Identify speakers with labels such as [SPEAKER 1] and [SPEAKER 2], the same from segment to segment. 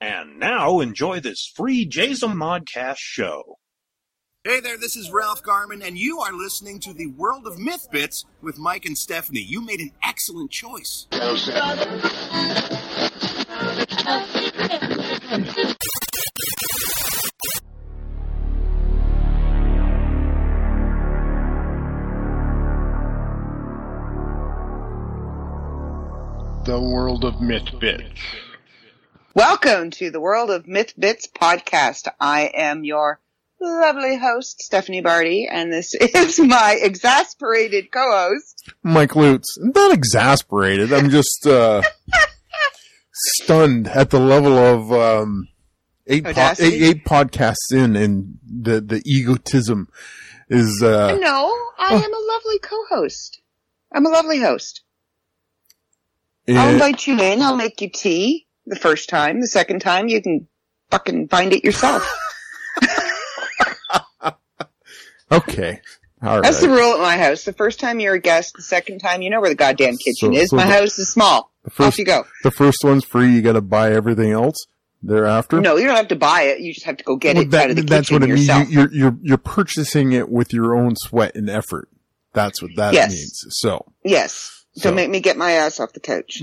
[SPEAKER 1] And now enjoy this free Jason Modcast show.
[SPEAKER 2] Hey there, this is Ralph Garman, and you are listening to the World of Myth Bits with Mike and Stephanie. You made an excellent choice.
[SPEAKER 3] The world of Mythbits.
[SPEAKER 4] Welcome to the World of Myth Bits podcast. I am your lovely host, Stephanie Barty, and this is my exasperated co-host.
[SPEAKER 3] Mike Lutz, not exasperated. I'm just uh, stunned at the level of um, eight, po-
[SPEAKER 4] Audacity?
[SPEAKER 3] eight, eight podcasts in, and the the egotism is uh,
[SPEAKER 4] no, I am a lovely co-host. I'm a lovely host. I'll
[SPEAKER 3] eh,
[SPEAKER 4] invite you in. I'll make you tea the first time. The second time, you can fucking find it yourself.
[SPEAKER 3] okay. All right.
[SPEAKER 4] That's the rule at my house. The first time you're a guest, the second time you know where the goddamn
[SPEAKER 3] So-
[SPEAKER 4] kitchen is.
[SPEAKER 3] so
[SPEAKER 4] my
[SPEAKER 3] the-
[SPEAKER 4] house is small.
[SPEAKER 3] the
[SPEAKER 4] Off
[SPEAKER 3] first
[SPEAKER 4] you go.
[SPEAKER 3] the first one's free. You got to buy everything else thereafter.
[SPEAKER 4] No, you don't have to buy it. You just have to go get
[SPEAKER 3] Well,
[SPEAKER 4] it
[SPEAKER 3] that-
[SPEAKER 4] out of the
[SPEAKER 3] that's
[SPEAKER 4] kitchen
[SPEAKER 3] what it
[SPEAKER 4] yourself.
[SPEAKER 3] means. You- You're, you're you're purchasing it with your own sweat and effort. That's what that
[SPEAKER 4] Yes.
[SPEAKER 3] means. So
[SPEAKER 4] Yes. Don't
[SPEAKER 3] So-
[SPEAKER 4] make me get my ass off the couch.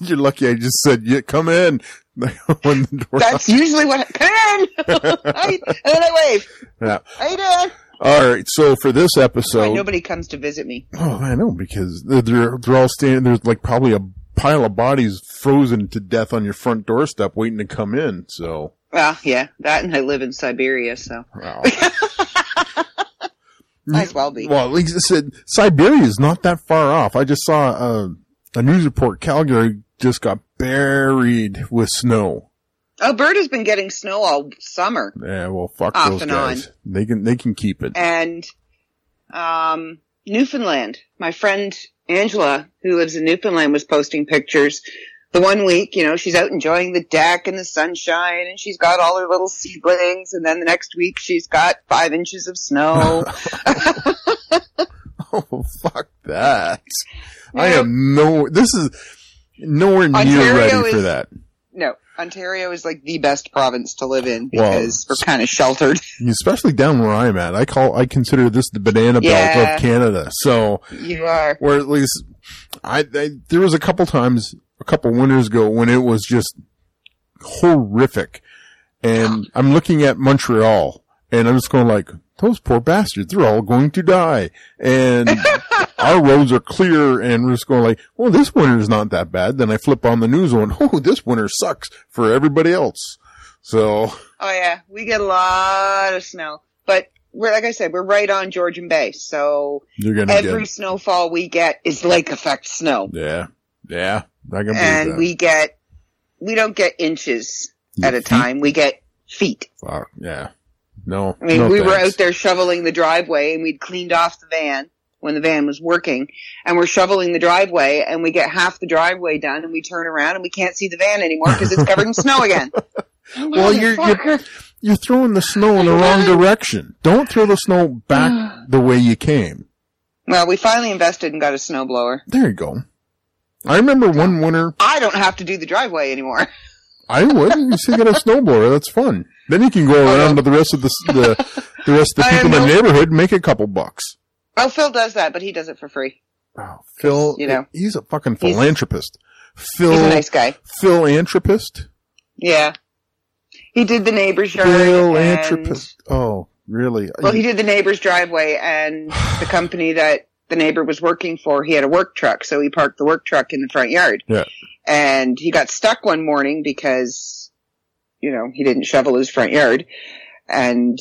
[SPEAKER 3] You're lucky I just said, yeah, come in. when the door
[SPEAKER 4] That's usually what. Come in, I, and then I wave.
[SPEAKER 3] Yeah.
[SPEAKER 4] How you doing?
[SPEAKER 3] All right. So for this
[SPEAKER 4] Why
[SPEAKER 3] episode,
[SPEAKER 4] nobody comes to visit me.
[SPEAKER 3] oh, I know because they're, they're, they're all standing, there's like probably a pile of bodies frozen to death on your front doorstep waiting to come in. So,
[SPEAKER 4] Well, yeah, that and I live in Siberia, so
[SPEAKER 3] wow.
[SPEAKER 4] might as well be.
[SPEAKER 3] Well, at least it said Siberia is not that far off. I just saw uh, a news report. Calgary just got buried with snow.
[SPEAKER 4] Alberta's Oh, been getting snow all summer,
[SPEAKER 3] Yeah, well, fuck
[SPEAKER 4] Off
[SPEAKER 3] those
[SPEAKER 4] and Eh.
[SPEAKER 3] guys. They can they can keep it.
[SPEAKER 4] and um, Newfoundland. My friend Angela, who lives in Newfoundland, was posting pictures. The one week, you know, she's out enjoying the deck and the sunshine, and she's got all her little seedlings. And then the next week, she's got five inches of snow.
[SPEAKER 3] Oh, fuck that. I am no. This is nowhere near
[SPEAKER 4] Ontario
[SPEAKER 3] ready for
[SPEAKER 4] is-
[SPEAKER 3] that.
[SPEAKER 4] No, Ontario is like the best province to live in
[SPEAKER 3] Well,
[SPEAKER 4] because we're kind of sheltered.
[SPEAKER 3] Especially down where I'm at. I call. I consider this the banana belt
[SPEAKER 4] Yeah.
[SPEAKER 3] of Canada. So,
[SPEAKER 4] You are.
[SPEAKER 3] or at least, I, I there was a couple times a couple winters ago when it was just horrific, and I'm looking at Montreal and I'm just going like. Those poor bastards, they're all going to die. And our roads are clear and we're just going like, well, this winter's not that bad. Then I flip on the news and, oh, this winter sucks for everybody else. So,
[SPEAKER 4] Oh yeah, we get a lot of snow, but we're like I said, we're right on Georgian Bay, so
[SPEAKER 3] You're gonna
[SPEAKER 4] every
[SPEAKER 3] get
[SPEAKER 4] snowfall we get is lake effect snow,
[SPEAKER 3] yeah, yeah. I can believe
[SPEAKER 4] and
[SPEAKER 3] that.
[SPEAKER 4] we get we don't get inches
[SPEAKER 3] Yeah,
[SPEAKER 4] at a
[SPEAKER 3] feet.
[SPEAKER 4] time, we get feet.
[SPEAKER 3] Fuck, yeah. No,
[SPEAKER 4] I mean,
[SPEAKER 3] no
[SPEAKER 4] we were
[SPEAKER 3] thanks.
[SPEAKER 4] out there shoveling the driveway, and we'd cleaned off the van when the van was working, and we're shoveling the driveway, and we get half the driveway done, and we turn around and we can't see the van anymore because it's covered in snow again.
[SPEAKER 3] Well, you're- you're-
[SPEAKER 4] Motherfucker.
[SPEAKER 3] You're throwing the snow in the wrong direction. Don't throw the snow
[SPEAKER 4] Mm.
[SPEAKER 3] back the way you came.
[SPEAKER 4] Well, we finally invested and got a snowblower.
[SPEAKER 3] There you go. I remember one winter
[SPEAKER 4] I don't have to do the driveway anymore.
[SPEAKER 3] I would you see get a snowblower. That's fun. Then you can go around to the rest of the s- the, the rest of the
[SPEAKER 4] I
[SPEAKER 3] people in the
[SPEAKER 4] know.
[SPEAKER 3] neighborhood, and make a couple bucks.
[SPEAKER 4] Oh, Phil does that, but he does it for free.
[SPEAKER 3] Wow, Phil,
[SPEAKER 4] You know.
[SPEAKER 3] he's a fucking
[SPEAKER 4] He's-
[SPEAKER 3] philanthropist. Phil,
[SPEAKER 4] He's a nice guy.
[SPEAKER 3] philanthropist,
[SPEAKER 4] Yeah. He did the neighbor's yard. and,
[SPEAKER 3] philanthropist. Oh, really?
[SPEAKER 4] well, he did the neighbor's driveway and the company that the neighbor was working for, he had a work truck, so he parked the work truck in the front yard.
[SPEAKER 3] Yeah.
[SPEAKER 4] And he got stuck one morning because, you know, he didn't shovel his front yard. And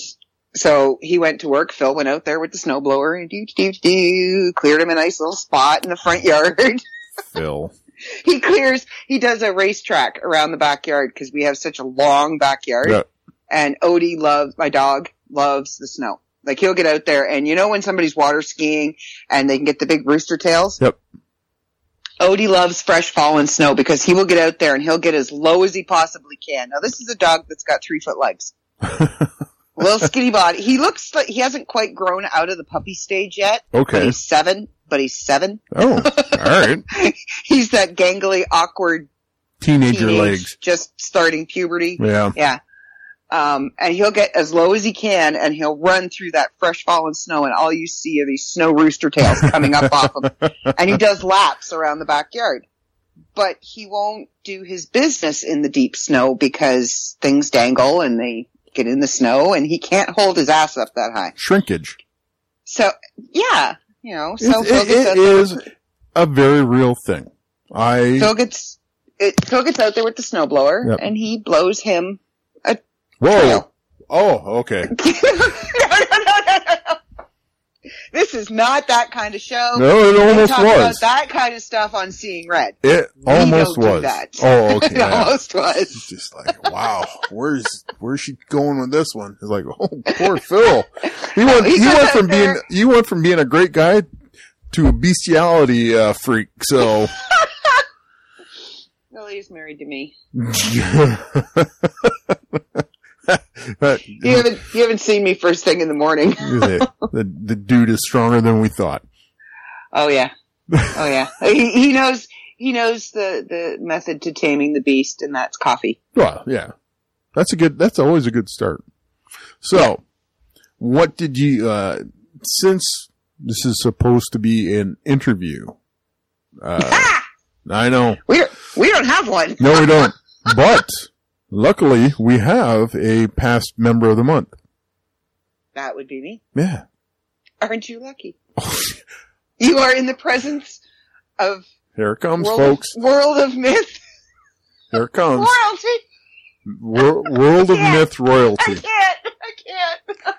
[SPEAKER 4] so he went to work. Phil went out there with the snowblower and do, do, do, cleared him a nice little spot in the front yard.
[SPEAKER 3] Phil.
[SPEAKER 4] he clears he does a racetrack around the backyard because we have such a long backyard
[SPEAKER 3] Yeah.
[SPEAKER 4] and odie loves my dog loves the snow like he'll get out there and you know when somebody's water skiing and they can get the big rooster tails
[SPEAKER 3] Yep.
[SPEAKER 4] odie loves fresh fallen snow because he will get out there and he'll get as low as he possibly can now this is a dog that's got three foot legs little skinny body he looks like he hasn't quite grown out of the puppy stage yet but
[SPEAKER 3] Okay.
[SPEAKER 4] he's seven but he's seven
[SPEAKER 3] Oh, all right.
[SPEAKER 4] he's that gangly awkward
[SPEAKER 3] Teenager
[SPEAKER 4] teenage,
[SPEAKER 3] legs.
[SPEAKER 4] just starting puberty.
[SPEAKER 3] Yeah.
[SPEAKER 4] Yeah. Um, and he'll get as low as he can and he'll run through that fresh fallen snow and all you see are these snow rooster tails coming up off him. And he does laps around the backyard. But he won't do his business in the deep snow because things dangle and they get in the snow and he can't hold his ass up that high.
[SPEAKER 3] Shrinkage.
[SPEAKER 4] So yeah, you know, so
[SPEAKER 3] It-
[SPEAKER 4] Phil
[SPEAKER 3] it-
[SPEAKER 4] gets
[SPEAKER 3] it
[SPEAKER 4] out there
[SPEAKER 3] is a very real thing. I
[SPEAKER 4] Phil gets it, Phil gets out there with the snowblower
[SPEAKER 3] Yep.
[SPEAKER 4] and he blows him
[SPEAKER 3] whoa.
[SPEAKER 4] trail.
[SPEAKER 3] Oh, okay.
[SPEAKER 4] no, no, no, no, no. This is not that kind of show.
[SPEAKER 3] No, it
[SPEAKER 4] We
[SPEAKER 3] almost
[SPEAKER 4] talk
[SPEAKER 3] was.
[SPEAKER 4] about that kind of stuff on Seeing Red.
[SPEAKER 3] It
[SPEAKER 4] don't
[SPEAKER 3] almost
[SPEAKER 4] do
[SPEAKER 3] was.
[SPEAKER 4] that.
[SPEAKER 3] Oh, okay.
[SPEAKER 4] it
[SPEAKER 3] yeah.
[SPEAKER 4] almost was.
[SPEAKER 3] It's just like, wow, where's where's she going with this one? It's like, oh, poor Phil. He went
[SPEAKER 4] He
[SPEAKER 3] he
[SPEAKER 4] got
[SPEAKER 3] went
[SPEAKER 4] out
[SPEAKER 3] from being
[SPEAKER 4] there.
[SPEAKER 3] you went from being a great guy to a bestiality uh, freak. So
[SPEAKER 4] Really is married to me.
[SPEAKER 3] But-
[SPEAKER 4] You haven't you haven't seen me first thing in the morning.
[SPEAKER 3] the, the the dude is stronger than we thought.
[SPEAKER 4] Oh yeah, oh yeah. He, he knows he knows the the method to taming the beast, and that's coffee.
[SPEAKER 3] Well, yeah, that's a good. That's always a good start. So, what did you? Uh, since this is supposed to be an interview, uh,
[SPEAKER 4] ah,
[SPEAKER 3] I know.
[SPEAKER 4] we don't- we don't have one.
[SPEAKER 3] No, we don't. but luckily, we have a past member of the month.
[SPEAKER 4] That would be me.
[SPEAKER 3] Yeah.
[SPEAKER 4] Aren't you lucky? You are in the presence of
[SPEAKER 3] Here it comes,
[SPEAKER 4] world,
[SPEAKER 3] folks.
[SPEAKER 4] world of myth
[SPEAKER 3] Here it comes.
[SPEAKER 4] royalty.
[SPEAKER 3] Wor- World of
[SPEAKER 4] Yeah.
[SPEAKER 3] Myth
[SPEAKER 4] I
[SPEAKER 3] royalty.
[SPEAKER 4] can't. I can't.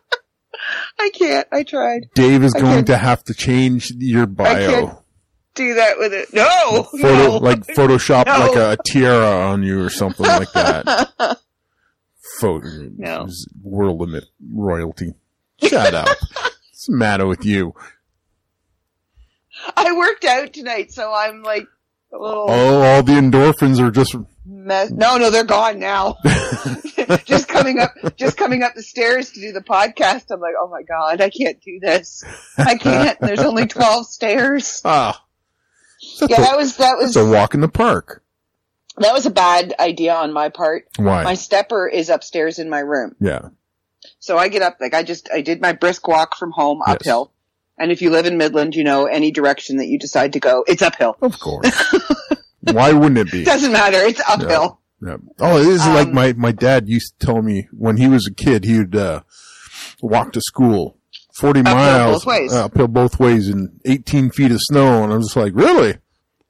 [SPEAKER 4] I can't. I tried.
[SPEAKER 3] Dave is
[SPEAKER 4] I
[SPEAKER 3] going
[SPEAKER 4] can't-
[SPEAKER 3] to have to change your bio.
[SPEAKER 4] can't Do that with it. No.
[SPEAKER 3] Photo,
[SPEAKER 4] no.
[SPEAKER 3] Like Photoshop,
[SPEAKER 4] No.
[SPEAKER 3] like a tiara on you or something like that. Photo.
[SPEAKER 4] No.
[SPEAKER 3] World of Myth royalty. Shut up. What's the matter with you?
[SPEAKER 4] I worked out tonight, so I'm like a little.
[SPEAKER 3] Oh, all the endorphins are just
[SPEAKER 4] mess. No, no, they're gone now. just coming up, just coming up the stairs to do the podcast. I'm like, oh my god, I can't do this. I can't. There's only twelve stairs.
[SPEAKER 3] ah. That's,
[SPEAKER 4] Yeah,
[SPEAKER 3] a,
[SPEAKER 4] that was that was
[SPEAKER 3] that's a
[SPEAKER 4] that
[SPEAKER 3] walk in the park.
[SPEAKER 4] was a bad idea on my part.
[SPEAKER 3] Why?
[SPEAKER 4] My stepper is upstairs in my room,
[SPEAKER 3] yeah.
[SPEAKER 4] so I get up like I just I did my brisk walk from home
[SPEAKER 3] Yes.
[SPEAKER 4] uphill. And if you live in Midland, you know any direction that you decide to go, it's uphill.
[SPEAKER 3] Of course. Why wouldn't it be?
[SPEAKER 4] Doesn't matter. It's uphill.
[SPEAKER 3] Yeah. Oh, it is like
[SPEAKER 4] Um,
[SPEAKER 3] my, my dad used to tell me when he was a kid, he would, uh, walk to school 40
[SPEAKER 4] Uphill
[SPEAKER 3] miles
[SPEAKER 4] both ways.
[SPEAKER 3] uh, uphill both ways in 18 feet of snow. And I'm just like, really?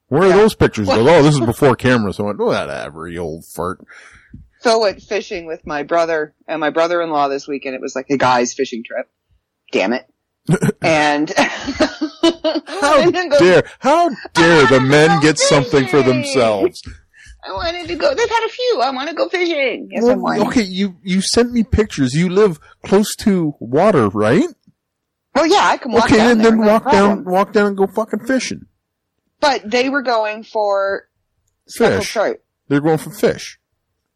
[SPEAKER 3] Where are those pictures? He goes, oh, this is before cameras. I went, oh, whatever, you old fart.
[SPEAKER 4] Phil went fishing with my brother and my brother-in-law this weekend. It was like a guy's fishing trip. Damn it. and
[SPEAKER 3] How
[SPEAKER 4] I wanted to go,
[SPEAKER 3] dare, how dare the
[SPEAKER 4] wanna
[SPEAKER 3] men
[SPEAKER 4] go
[SPEAKER 3] get something for
[SPEAKER 4] fishing.
[SPEAKER 3] themselves?
[SPEAKER 4] I wanted to go. They've had a few. I want to go fishing. Yes, I
[SPEAKER 3] Well,
[SPEAKER 4] want.
[SPEAKER 3] okay, you, you sent me pictures. You live close to water, right?
[SPEAKER 4] Well, yeah, I can walk
[SPEAKER 3] Okay,
[SPEAKER 4] down
[SPEAKER 3] then,
[SPEAKER 4] there,
[SPEAKER 3] then
[SPEAKER 4] no
[SPEAKER 3] walk
[SPEAKER 4] problem.
[SPEAKER 3] down, walk down and go fucking fishing.
[SPEAKER 4] But they were going for speckled
[SPEAKER 3] Fish.
[SPEAKER 4] trout.
[SPEAKER 3] They're going for fish,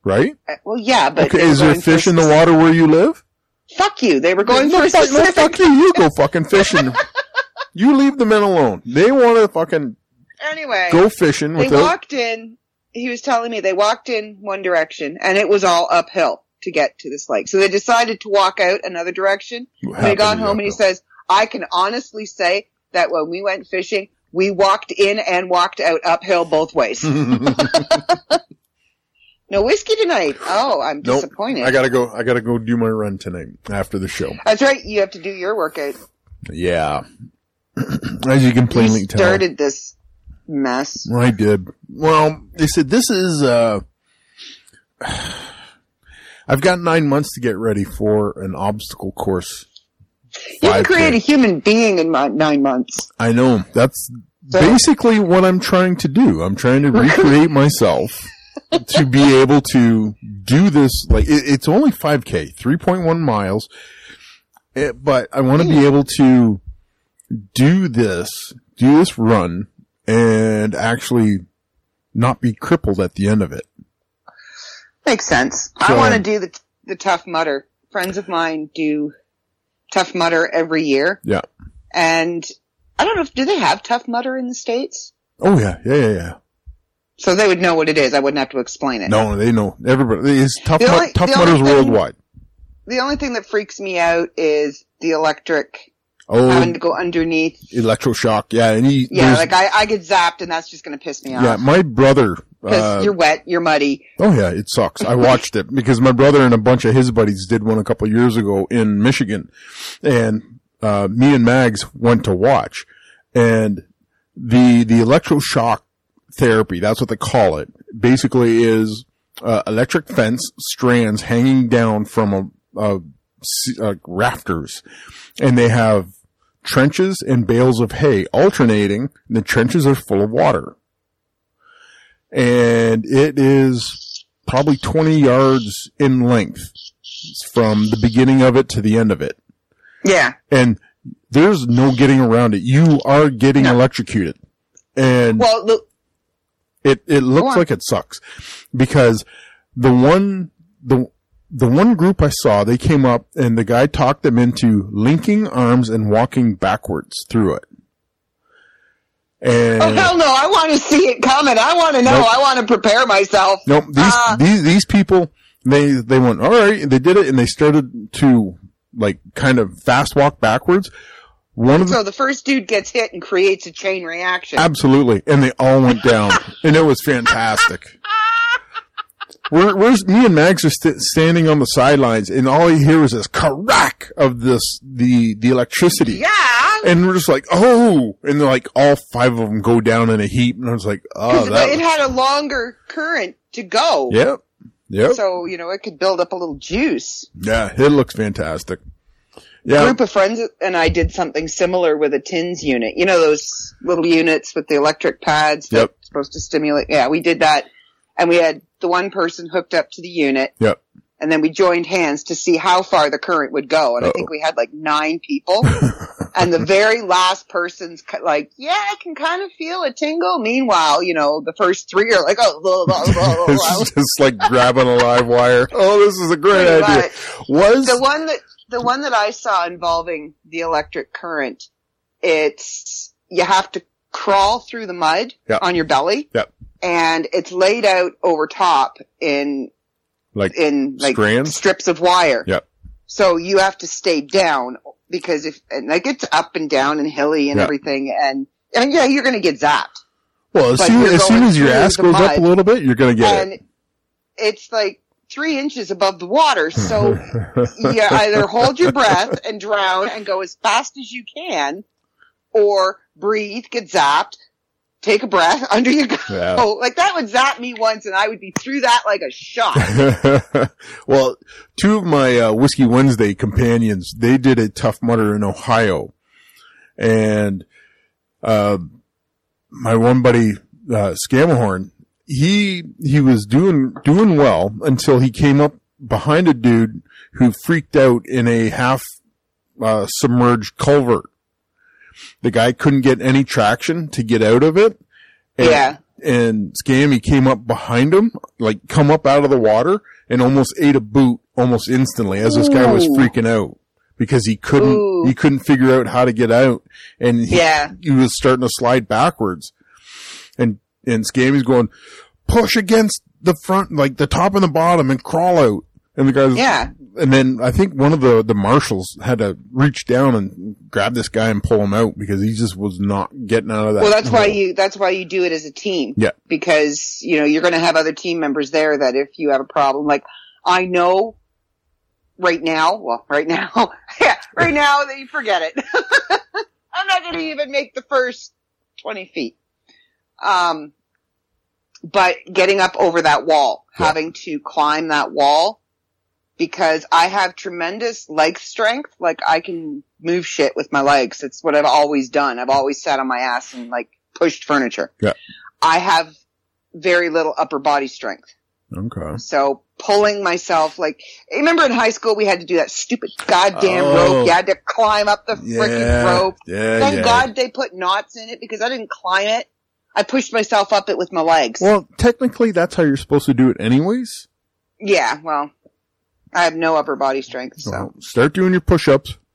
[SPEAKER 3] right?
[SPEAKER 4] Uh, Well, yeah, but
[SPEAKER 3] okay,
[SPEAKER 4] they were
[SPEAKER 3] is there
[SPEAKER 4] going for
[SPEAKER 3] fish in the
[SPEAKER 4] spec-
[SPEAKER 3] water where you live?
[SPEAKER 4] Fuck you. They were going
[SPEAKER 3] no,
[SPEAKER 4] for a
[SPEAKER 3] fuck, no,
[SPEAKER 4] specific.
[SPEAKER 3] fuck you. You go fucking fishing. you leave the men alone. They want to fucking
[SPEAKER 4] Anyway,
[SPEAKER 3] go fishing
[SPEAKER 4] they
[SPEAKER 3] without.
[SPEAKER 4] walked in. He was telling me they walked in one direction, and it was all uphill to get to this lake. So they decided to walk out another direction. They got home and he says, I can honestly say that when we went fishing, we walked in and walked out uphill both ways. no whiskey tonight. Oh, I'm
[SPEAKER 3] Nope.
[SPEAKER 4] disappointed.
[SPEAKER 3] "I gotta go. I gotta go do my run tonight after the show."
[SPEAKER 4] That's right. You have to do your workout.
[SPEAKER 3] Yeah, as you can plainly
[SPEAKER 4] you
[SPEAKER 3] tell,
[SPEAKER 4] started this mess.
[SPEAKER 3] I did. Well, they said this is. uh I've got nine months to get ready for an obstacle course.
[SPEAKER 4] You can
[SPEAKER 3] 5K.
[SPEAKER 4] create a human being in my, nine months.
[SPEAKER 3] I know. That's
[SPEAKER 4] So-
[SPEAKER 3] basically what I'm trying to do. I'm trying to recreate myself to be able to do this. Like it, it's only 5k, 3.1 miles, Eh, but I want to
[SPEAKER 4] Hmm.
[SPEAKER 3] be able to do this, do this run and actually not be crippled at the end of it.
[SPEAKER 4] Makes sense.
[SPEAKER 3] So-
[SPEAKER 4] I want to do the, the tough mutter. Friends of mine do tough mutter every year.
[SPEAKER 3] Yeah.
[SPEAKER 4] And I don't know if, do they have tough mutter in the States?
[SPEAKER 3] Oh yeah. Yeah. Yeah. Yeah.
[SPEAKER 4] So they would know what it is. I wouldn't have to explain it.
[SPEAKER 3] No, they know everybody. It's tough,
[SPEAKER 4] The
[SPEAKER 3] Mut-
[SPEAKER 4] only-
[SPEAKER 3] tough
[SPEAKER 4] the
[SPEAKER 3] mutters
[SPEAKER 4] only thing-
[SPEAKER 3] worldwide.
[SPEAKER 4] The only thing that freaks me out is the electric having
[SPEAKER 3] Oh,
[SPEAKER 4] to go underneath.
[SPEAKER 3] electroshock. Yeah, and he,
[SPEAKER 4] Yeah,
[SPEAKER 3] there's-
[SPEAKER 4] like I, I get zapped and that's just going to piss me
[SPEAKER 3] yeah.
[SPEAKER 4] off.
[SPEAKER 3] My brother.
[SPEAKER 4] Because
[SPEAKER 3] Uh,
[SPEAKER 4] you're wet, you're muddy.
[SPEAKER 3] oh yeah, it sucks. I watched it because my brother and a bunch of his buddies did one a couple years ago in Michigan, and uh, me and Mags went to watch, and the the electroshock therapy. That's what they call it. Basically, is uh, electric fence strands hanging down from a, a s- uh, rafters, and they have trenches and bales of hay alternating. And the trenches are full of water, and it is probably twenty yards in length from the beginning of it to the end of it,
[SPEAKER 4] Yeah.
[SPEAKER 3] and there's no getting around it. You are getting
[SPEAKER 4] No.
[SPEAKER 3] electrocuted. And
[SPEAKER 4] Well, the,
[SPEAKER 3] it it looks
[SPEAKER 4] on.
[SPEAKER 3] like it sucks because the one the the one group I saw they came up and the guy talked them into linking arms and walking backwards through it. And
[SPEAKER 4] oh hell no! I want to see it coming. I want to know.
[SPEAKER 3] Nope.
[SPEAKER 4] I want to prepare myself.
[SPEAKER 3] Nope. These,
[SPEAKER 4] Ah.
[SPEAKER 3] these, these people, they, they went, all right. and They did it and they started to like kind of fast walk backwards. One of the,
[SPEAKER 4] So the first dude gets hit and creates a chain reaction.
[SPEAKER 3] absolutely. And they all went down and it was fantastic. We're, we're, me and Max are st- standing on the sidelines and all you hear is this crack of this, the, the electricity.
[SPEAKER 4] yeah,
[SPEAKER 3] And we're just like, oh, and they're like all five of them go down in a heap. And I was like, oh,
[SPEAKER 4] 'cause
[SPEAKER 3] that,
[SPEAKER 4] it had a longer current to go.
[SPEAKER 3] yep. Yep.
[SPEAKER 4] So you know it could build up a little juice.
[SPEAKER 3] yeah. It looks fantastic. Yeah.
[SPEAKER 4] group of friends and I did something similar with a tins unit. You know those little units with the electric pads that's
[SPEAKER 3] Yep.
[SPEAKER 4] supposed to stimulate. Yeah, we did that, and we had the one person hooked up to the unit.
[SPEAKER 3] Yep.
[SPEAKER 4] And then we joined hands to see how far the current would go, and I
[SPEAKER 3] Uh-oh.
[SPEAKER 4] think we had like nine people. and the very last person's ki- like, "Yeah, I can kind of feel a tingle." Meanwhile, you know, the first three are like, "Oh, blah, blah, blah, blah,
[SPEAKER 3] it's
[SPEAKER 4] blah."
[SPEAKER 3] just- it's like grabbing a live wire. Oh, this is a great
[SPEAKER 4] Pretty
[SPEAKER 3] idea.
[SPEAKER 4] much.
[SPEAKER 3] Was
[SPEAKER 4] the one that the one that I saw involving the electric current, it's you have to crawl through the mud
[SPEAKER 3] Yeah.
[SPEAKER 4] on your belly.
[SPEAKER 3] Yeah.
[SPEAKER 4] And it's laid out over top in
[SPEAKER 3] like
[SPEAKER 4] in like
[SPEAKER 3] Strands?
[SPEAKER 4] strips of wire.
[SPEAKER 3] Yeah.
[SPEAKER 4] So you have to stay down because if and like it's up and down and hilly and
[SPEAKER 3] Yeah.
[SPEAKER 4] everything and I mean yeah you're gonna get zapped
[SPEAKER 3] well, as
[SPEAKER 4] like
[SPEAKER 3] soon
[SPEAKER 4] you're
[SPEAKER 3] as, soon
[SPEAKER 4] going
[SPEAKER 3] as your
[SPEAKER 4] through
[SPEAKER 3] ass
[SPEAKER 4] the
[SPEAKER 3] goes up
[SPEAKER 4] mud.
[SPEAKER 3] a little bit, you're gonna get
[SPEAKER 4] and it's like three inches above the water so
[SPEAKER 3] Mhm. it.
[SPEAKER 4] you either hold your breath and drown and go as fast as you can, or breathe, get zapped, take a breath under your go.
[SPEAKER 3] Yeah.
[SPEAKER 4] Like that would zap me once, and I would be through that like a shot.
[SPEAKER 3] well, two of my uh, Whiskey Wednesday companions, they did a tough mutter in Ohio, and uh, my one buddy uh, Scamahorn, he he was doing doing well until he came up behind a dude who freaked out in a half uh, submerged culvert. The guy couldn't get any traction to get out of it. And,
[SPEAKER 4] Yeah.
[SPEAKER 3] And Scammy came up behind him, like come up out of the water and almost ate a boot almost instantly as this guy was
[SPEAKER 4] Ooh.
[SPEAKER 3] freaking out because he couldn't,
[SPEAKER 4] Ooh.
[SPEAKER 3] he couldn't figure out how to get out. And he,
[SPEAKER 4] yeah.
[SPEAKER 3] he was starting to slide backwards. And and Scammy's going, push against the front, like the top and the bottom, and crawl out. And the guys,
[SPEAKER 4] Yeah.
[SPEAKER 3] And then I think one of the the marshals had to reach down and grab this guy and pull him out because he just was not getting out of that.
[SPEAKER 4] Well, that's why
[SPEAKER 3] hole.
[SPEAKER 4] you that's why you do it as a team.
[SPEAKER 3] Yeah.
[SPEAKER 4] Because you know you're going to have other team members there that if you have a problem, like I know. Right now, well, right now, yeah, right now, that you forget it. I'm not going to even make the first 20 feet. Um, but getting up over that wall,
[SPEAKER 3] Yeah.
[SPEAKER 4] having to climb that wall, because I have tremendous leg strength. Like I can move shit with my legs. It's what I've always done. I've always sat on my ass and like pushed furniture.
[SPEAKER 3] Yeah.
[SPEAKER 4] I have very little upper body strength.
[SPEAKER 3] Okay.
[SPEAKER 4] So pulling myself, like, remember in high school we had to do that stupid goddamn
[SPEAKER 3] Oh.
[SPEAKER 4] rope. You had to climb up the frickin'
[SPEAKER 3] Yeah.
[SPEAKER 4] rope.
[SPEAKER 3] Yeah.
[SPEAKER 4] Thank
[SPEAKER 3] yeah.
[SPEAKER 4] God they put knots in it because I didn't climb it. I pushed myself up it with my legs.
[SPEAKER 3] Well, technically, that's how you're supposed to do it, anyways.
[SPEAKER 4] yeah, well, I have no upper body strength, so.
[SPEAKER 3] So start doing your push-ups.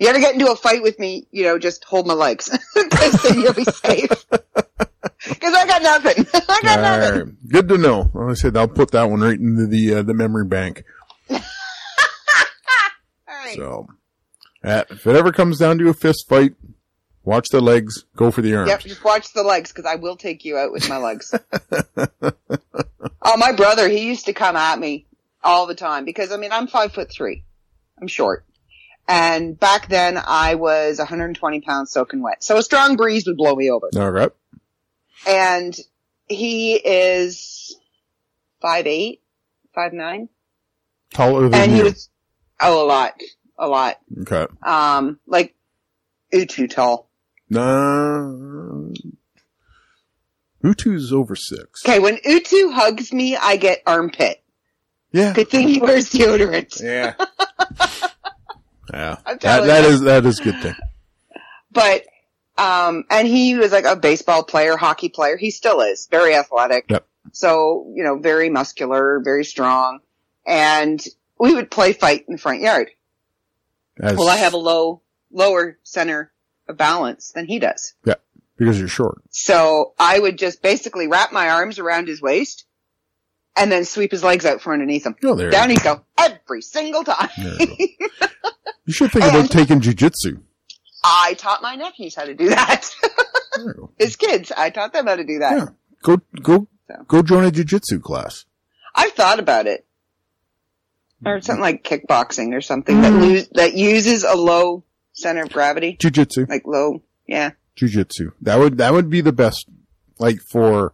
[SPEAKER 4] You ever get into a fight with me, you know, just hold my legs. 'Cause then you'll be safe. Because Because I got nothing. I got nothing.
[SPEAKER 3] All right. Good to know. Like I said, I'll put that one right into the uh, the memory bank.
[SPEAKER 4] All right.
[SPEAKER 3] So, uh, if it ever comes down to a fist fight, watch the legs, go for the arms.
[SPEAKER 4] Yep, just watch the legs because I will take you out with my legs. oh, my brother, he used to come at me all the time because I mean I'm five foot three, I'm short, and back then I was 120 pounds soaking wet, so a strong breeze would blow me over.
[SPEAKER 3] All right.
[SPEAKER 4] And he is five eight, five nine,
[SPEAKER 3] Taller than
[SPEAKER 4] and
[SPEAKER 3] you.
[SPEAKER 4] he was oh a lot, a lot,
[SPEAKER 3] okay.
[SPEAKER 4] um like ooh, too tall.
[SPEAKER 3] No. Utu's over six.
[SPEAKER 4] Okay, when Utu hugs me, I get armpit.
[SPEAKER 3] Yeah.
[SPEAKER 4] Good thing he wears deodorant.
[SPEAKER 3] Yeah. yeah.
[SPEAKER 4] I'm
[SPEAKER 3] That,
[SPEAKER 4] telling
[SPEAKER 3] that
[SPEAKER 4] you.
[SPEAKER 3] is that is a good thing.
[SPEAKER 4] But um and he was like a baseball player, hockey player. He still is very athletic.
[SPEAKER 3] Yep.
[SPEAKER 4] So, you know, very muscular, very strong. And we would play fight in the front yard.
[SPEAKER 3] As-
[SPEAKER 4] Well, I have a low lower center of balance than he does.
[SPEAKER 3] because you're short.
[SPEAKER 4] So I would just basically wrap my arms around his waist and then sweep his legs out from underneath him.
[SPEAKER 3] Oh, there.
[SPEAKER 4] Down he'd go every single time.
[SPEAKER 3] there you go. You should think about
[SPEAKER 4] And-
[SPEAKER 3] taking jujitsu.
[SPEAKER 4] I taught my nephews how to do that.
[SPEAKER 3] There you go.
[SPEAKER 4] His kids, I taught them how to do that.
[SPEAKER 3] Yeah. Go go
[SPEAKER 4] So.
[SPEAKER 3] go join a jujitsu class.
[SPEAKER 4] I've thought about it. Or something like kickboxing or something
[SPEAKER 3] Mm.
[SPEAKER 4] that lose, that uses a low center of gravity,
[SPEAKER 3] Jujitsu,
[SPEAKER 4] like low, yeah.
[SPEAKER 3] jujitsu. That would that would be the best, like for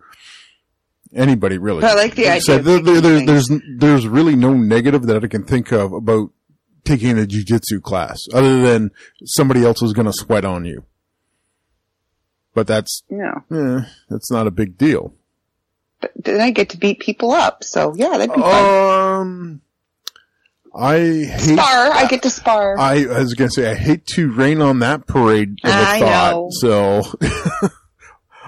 [SPEAKER 3] anybody really.
[SPEAKER 4] But I like the
[SPEAKER 3] Like I
[SPEAKER 4] idea.
[SPEAKER 3] said,
[SPEAKER 4] of
[SPEAKER 3] there, there-
[SPEAKER 4] taking
[SPEAKER 3] there-
[SPEAKER 4] things.
[SPEAKER 3] there's there's really no negative that I can think of about taking a jujitsu class, other than somebody else is going to sweat on you. But that's
[SPEAKER 4] no,
[SPEAKER 3] eh, that's not a big deal.
[SPEAKER 4] but then I get to beat people up. So yeah, that'd
[SPEAKER 3] Oh,
[SPEAKER 4] be fun.
[SPEAKER 3] Um, I hate.
[SPEAKER 4] Spar, I get to spar.
[SPEAKER 3] I, I was gonna say I hate to rain on that parade of a
[SPEAKER 4] I
[SPEAKER 3] thought.
[SPEAKER 4] know.
[SPEAKER 3] So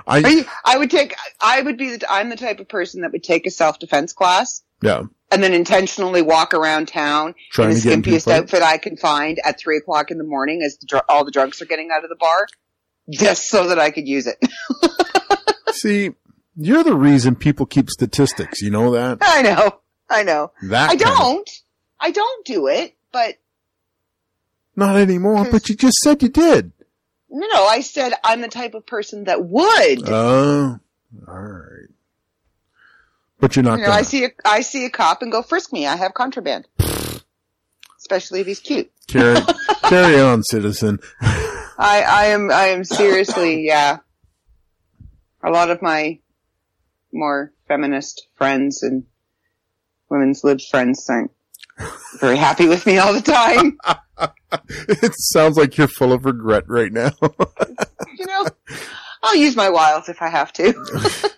[SPEAKER 4] Are
[SPEAKER 3] I
[SPEAKER 4] you- I would take. I would be. The, I'm the type of person that would take a self defense class
[SPEAKER 3] yeah,
[SPEAKER 4] and then intentionally walk around town in
[SPEAKER 3] trying
[SPEAKER 4] the
[SPEAKER 3] to get in
[SPEAKER 4] skimpiest
[SPEAKER 3] people.
[SPEAKER 4] outfit I can find at three o'clock in the morning as the dr- all the drunks are getting out of the bar, just so that I could use it.
[SPEAKER 3] See, you're the reason people keep statistics. You know that
[SPEAKER 4] I know. I know.
[SPEAKER 3] that
[SPEAKER 4] I
[SPEAKER 3] kind of-
[SPEAKER 4] don't. I don't do it, but
[SPEAKER 3] not anymore. But you just said you did.
[SPEAKER 4] no, no, I said I'm the type of person that would.
[SPEAKER 3] Oh, all right. But you're not
[SPEAKER 4] you know,
[SPEAKER 3] gonna.
[SPEAKER 4] I see a I see a cop and go frisk me. I have contraband. Especially if he's cute.
[SPEAKER 3] carry carry on, citizen.
[SPEAKER 4] I I am I am seriously, yeah. A lot of my more feminist friends and women's lib friends aren't very happy with me all the time.
[SPEAKER 3] It sounds like you're full of regret right now.
[SPEAKER 4] You know, I'll use my wiles if I have to. There are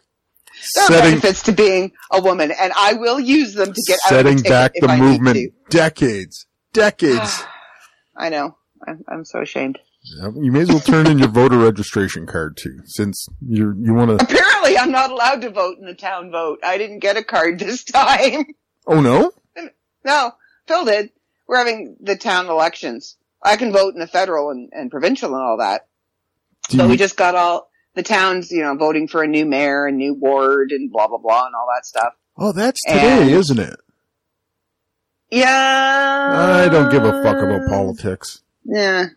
[SPEAKER 3] setting
[SPEAKER 4] benefits to being a woman, and I will use them to get out
[SPEAKER 3] setting
[SPEAKER 4] of the ticket
[SPEAKER 3] back
[SPEAKER 4] if
[SPEAKER 3] the
[SPEAKER 4] I need to.
[SPEAKER 3] movement decades, decades.
[SPEAKER 4] I know. I'm, I'm so ashamed.
[SPEAKER 3] Yeah, You may as well turn in your voter registration card too, since you you want to.
[SPEAKER 4] Apparently, I'm not allowed to vote in the town vote. I didn't get a card this time.
[SPEAKER 3] Oh no!
[SPEAKER 4] No, Phil did. We're having the town elections. I can vote in the federal and, and provincial and all that.
[SPEAKER 3] Do
[SPEAKER 4] but
[SPEAKER 3] you,
[SPEAKER 4] we just got all the towns, you know, voting for a new mayor, a new ward, and blah blah blah, and all that stuff.
[SPEAKER 3] oh, that's today,
[SPEAKER 4] and-
[SPEAKER 3] isn't it?
[SPEAKER 4] Yeah.
[SPEAKER 3] I don't give a fuck
[SPEAKER 4] Um,
[SPEAKER 3] about politics.
[SPEAKER 4] Yeah.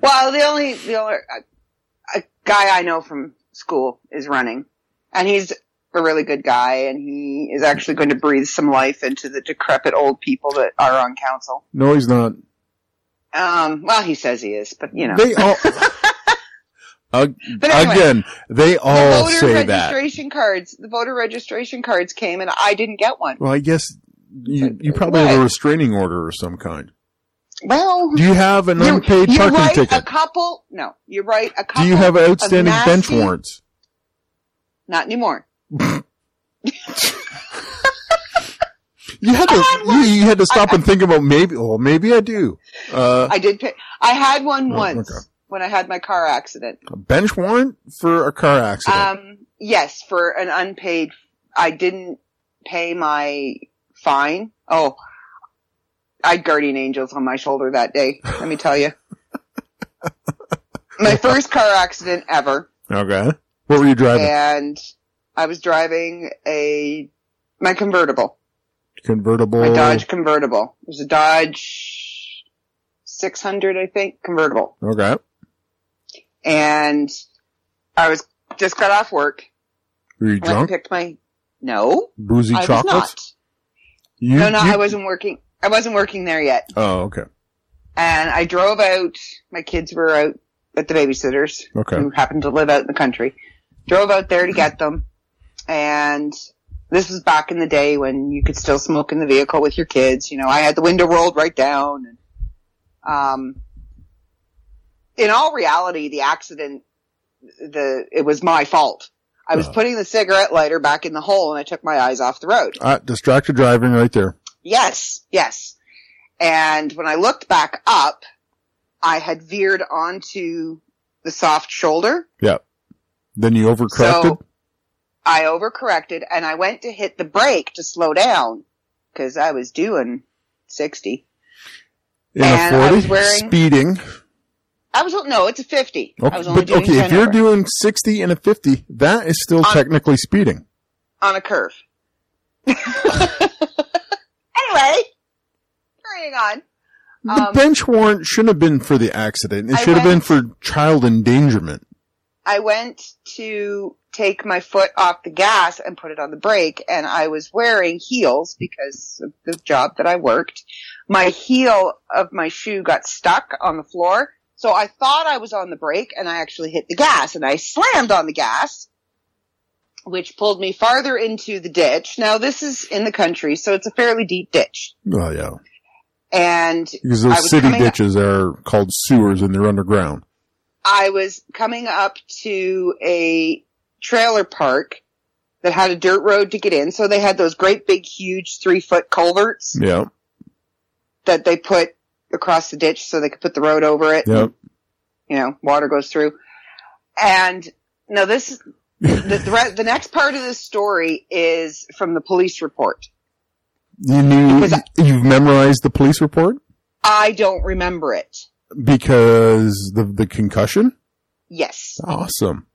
[SPEAKER 4] well, the only the only a, a guy I know from school is running, and he's a really good guy, and he is actually going to breathe some life into the decrepit old people that are on council.
[SPEAKER 3] No, he's not.
[SPEAKER 4] Um, well, he says he is, but you know.
[SPEAKER 3] They all. Ag-
[SPEAKER 4] but anyway,
[SPEAKER 3] Again, they all
[SPEAKER 4] the voter
[SPEAKER 3] say that.
[SPEAKER 4] registration cards, the voter registration cards came, and I didn't get one.
[SPEAKER 3] Well, I guess you you probably have a
[SPEAKER 4] What?
[SPEAKER 3] restraining order of some kind.
[SPEAKER 4] Well,
[SPEAKER 3] Do you have an
[SPEAKER 4] you're-
[SPEAKER 3] unpaid
[SPEAKER 4] you're
[SPEAKER 3] parking
[SPEAKER 4] right. A
[SPEAKER 3] ticket?
[SPEAKER 4] couple. No, you're right. A couple.
[SPEAKER 3] Do you have outstanding
[SPEAKER 4] of
[SPEAKER 3] bench
[SPEAKER 4] nasty-
[SPEAKER 3] warrants?
[SPEAKER 4] Not anymore.
[SPEAKER 3] You had to
[SPEAKER 4] I
[SPEAKER 3] you, you had to stop and think about maybe. Well, maybe I do. Uh,
[SPEAKER 4] I did. Pay, I had one
[SPEAKER 3] Oh,
[SPEAKER 4] once
[SPEAKER 3] okay.
[SPEAKER 4] when I had my car accident.
[SPEAKER 3] a bench warrant for a car accident.
[SPEAKER 4] Um, yes, for an unpaid. I didn't pay my fine. Oh, I had guardian angels on my shoulder that day. Let me tell you, my first car accident ever.
[SPEAKER 3] okay. What were you driving?
[SPEAKER 4] and I was driving a my convertible,
[SPEAKER 3] Convertible.
[SPEAKER 4] my Dodge convertible. It was a Dodge 600, I think, convertible.
[SPEAKER 3] Okay.
[SPEAKER 4] And I was just got off work.
[SPEAKER 3] Were you
[SPEAKER 4] I went and
[SPEAKER 3] drunk?
[SPEAKER 4] picked my no,
[SPEAKER 3] Boozy
[SPEAKER 4] I was
[SPEAKER 3] chocolates?
[SPEAKER 4] not.
[SPEAKER 3] You,
[SPEAKER 4] no, no,
[SPEAKER 3] you-
[SPEAKER 4] I wasn't working. I wasn't working there yet.
[SPEAKER 3] Oh, okay.
[SPEAKER 4] And I drove out. My kids were out at the babysitters.
[SPEAKER 3] Okay.
[SPEAKER 4] who happened to live out in the country. Drove out there to get them, and this was back in the day when you could still smoke in the vehicle with your kids. You know, I had the window rolled right down, and um, in all reality, the accident, the it was my fault. I was
[SPEAKER 3] Uh-huh.
[SPEAKER 4] putting the cigarette lighter back in the hole, and I took my eyes off the road.
[SPEAKER 3] Ah, distracted driving right there.
[SPEAKER 4] Yes, yes. And when I looked back up, I had veered onto the soft shoulder.
[SPEAKER 3] Then you overcorrected?
[SPEAKER 4] So I overcorrected and I went to hit the brake to slow down because I was doing 60.
[SPEAKER 3] in
[SPEAKER 4] and
[SPEAKER 3] a
[SPEAKER 4] I
[SPEAKER 3] 40?
[SPEAKER 4] was wearing-
[SPEAKER 3] Speeding.
[SPEAKER 4] I was, no, it's a 50.
[SPEAKER 3] Okay,
[SPEAKER 4] I was only doing
[SPEAKER 3] okay,
[SPEAKER 4] 10
[SPEAKER 3] if you're
[SPEAKER 4] over Um,
[SPEAKER 3] doing 60 and a 50, that is still
[SPEAKER 4] On-
[SPEAKER 3] technically speeding.
[SPEAKER 4] on a curve. anyway, carrying on.
[SPEAKER 3] the
[SPEAKER 4] Um,
[SPEAKER 3] bench warrant shouldn't have been for the accident. It
[SPEAKER 4] I
[SPEAKER 3] should have been
[SPEAKER 4] went-
[SPEAKER 3] for child endangerment.
[SPEAKER 4] I went to take my foot off the gas and put it on the brake and I was wearing heels because of the job that I worked. My heel of my shoe got stuck on the floor. So I thought I was on the brake and I actually hit the gas and I slammed on the gas, which pulled me farther into the ditch. Now this is in the country, so it's a fairly deep ditch
[SPEAKER 3] Oh, yeah.
[SPEAKER 4] and
[SPEAKER 3] Because
[SPEAKER 4] I
[SPEAKER 3] those
[SPEAKER 4] was
[SPEAKER 3] city
[SPEAKER 4] coming up-
[SPEAKER 3] ditches are called sewers and they're underground.
[SPEAKER 4] I was coming up to a trailer park that had a dirt road to get in. So they had those great big huge three foot culverts
[SPEAKER 3] Yeah.
[SPEAKER 4] that they put across the ditch so they could put the road over it.
[SPEAKER 3] Yeah.
[SPEAKER 4] You know, water goes through. And now this, the, the, re- the next part of this story is from the police report.
[SPEAKER 3] You knew,
[SPEAKER 4] Because I-
[SPEAKER 3] you've memorized the police report
[SPEAKER 4] I don't remember it.
[SPEAKER 3] because the, the concussion?
[SPEAKER 4] Yes.
[SPEAKER 3] Awesome.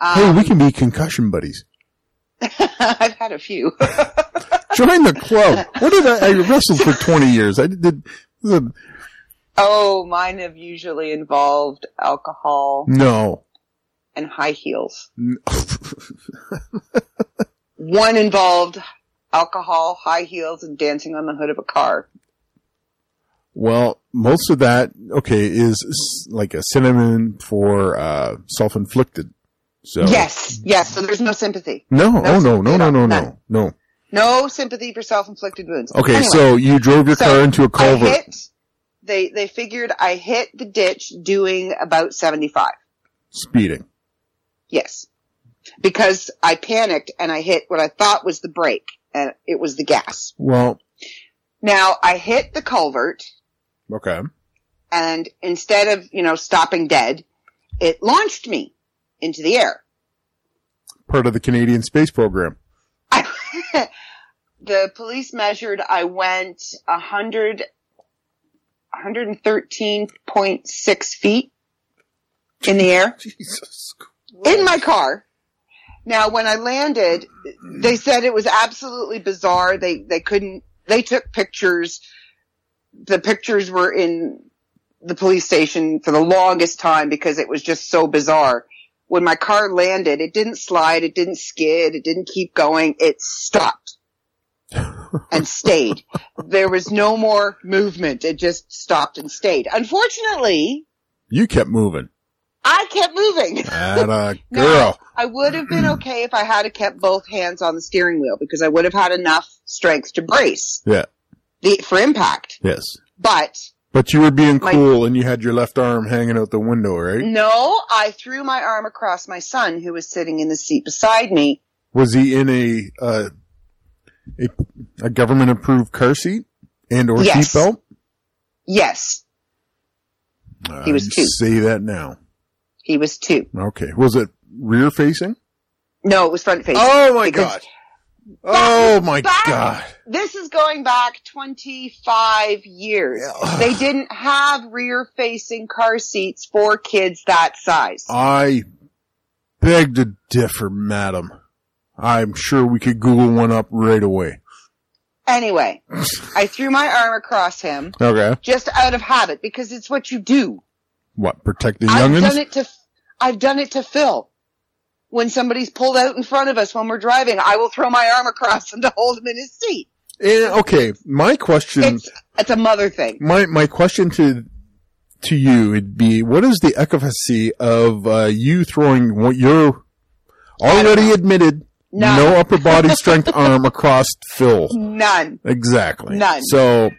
[SPEAKER 4] Um,
[SPEAKER 3] hey, we can be concussion buddies.
[SPEAKER 4] I've had a few.
[SPEAKER 3] Join the club. What did I, I wrestled for 20 years. I did, the,
[SPEAKER 4] oh, mine have usually involved alcohol
[SPEAKER 3] no.
[SPEAKER 4] and high heels.
[SPEAKER 3] N-
[SPEAKER 4] One involved alcohol, high heels, and dancing on the hood of a car.
[SPEAKER 3] Well, most of that, okay, is s- like a synonym for, uh, self-inflicted. So.
[SPEAKER 4] Yes, yes. So there's no sympathy.
[SPEAKER 3] No, oh
[SPEAKER 4] That's-
[SPEAKER 3] no, no, no, no, no,
[SPEAKER 4] none.
[SPEAKER 3] no.
[SPEAKER 4] No sympathy for self-inflicted wounds.
[SPEAKER 3] Okay,
[SPEAKER 4] Anyway,
[SPEAKER 3] so you drove your
[SPEAKER 4] So,
[SPEAKER 3] car into a culvert.
[SPEAKER 4] I hit, they, they figured I hit the ditch doing about 75.
[SPEAKER 3] speeding.
[SPEAKER 4] Yes. Because I panicked and I hit what I thought was the brake and it was the gas.
[SPEAKER 3] Well,
[SPEAKER 4] Now I hit the culvert
[SPEAKER 3] okay.
[SPEAKER 4] and instead of, you know, stopping dead, it launched me into the air.
[SPEAKER 3] Part of the Canadian space program.
[SPEAKER 4] I, the police measured I went 100, 113.6 feet in the air
[SPEAKER 3] Jesus.
[SPEAKER 4] in my car. Now, when I landed, they said it was absolutely bizarre. They, they couldn't, they took pictures. The pictures were in the police station for the longest time because it was just so bizarre. When my car landed, it didn't slide, it didn't skid, it didn't keep going, it stopped and stayed. There was no more movement. It just stopped and stayed. Unfortunately,
[SPEAKER 3] You kept moving.
[SPEAKER 4] I kept moving.
[SPEAKER 3] At a
[SPEAKER 4] No.
[SPEAKER 3] girl.
[SPEAKER 4] I would have been okay if I had kept both hands on the steering wheel because I would have had enough strength to brace.
[SPEAKER 3] Yeah.
[SPEAKER 4] The, for impact.
[SPEAKER 3] Yes.
[SPEAKER 4] But
[SPEAKER 3] But you were being
[SPEAKER 4] My-
[SPEAKER 3] cool and you had your left arm hanging out the window, right?
[SPEAKER 4] no, I threw my arm across my son who was sitting in the seat beside me.
[SPEAKER 3] Was he in a, uh, a, a government approved car seat and or
[SPEAKER 4] Yes.
[SPEAKER 3] seatbelt?
[SPEAKER 4] Yes,
[SPEAKER 3] Ah,
[SPEAKER 4] He was
[SPEAKER 3] you
[SPEAKER 4] two.
[SPEAKER 3] Say that now.
[SPEAKER 4] he was two.
[SPEAKER 3] Okay. Was it rear facing?
[SPEAKER 4] No, it was front facing.
[SPEAKER 3] Oh my
[SPEAKER 4] Because-
[SPEAKER 3] god. Oh my
[SPEAKER 4] back-
[SPEAKER 3] god.
[SPEAKER 4] This is going back 25 years.
[SPEAKER 3] Yeah.
[SPEAKER 4] They didn't
[SPEAKER 3] Oh.
[SPEAKER 4] have rear facing car seats for kids that size.
[SPEAKER 3] I beg to differ, madam. I'm sure we could Google one up right away.
[SPEAKER 4] Anyway, I threw my arm across him
[SPEAKER 3] Okay.
[SPEAKER 4] just out of habit because it's what you do.
[SPEAKER 3] What? Protect the
[SPEAKER 4] I've
[SPEAKER 3] youngins?
[SPEAKER 4] done it to I've done it to Phil. When somebody's pulled out in front of us when we're driving, I will throw my arm across him to hold him in his seat.
[SPEAKER 3] Eh, okay. My question.
[SPEAKER 4] It's it's a mother thing.
[SPEAKER 3] my my question to to you would be what is the efficacy of uh, you throwing what you're already admitted
[SPEAKER 4] None.
[SPEAKER 3] no upper body strength arm across Phil
[SPEAKER 4] None.
[SPEAKER 3] exactly
[SPEAKER 4] None.
[SPEAKER 3] so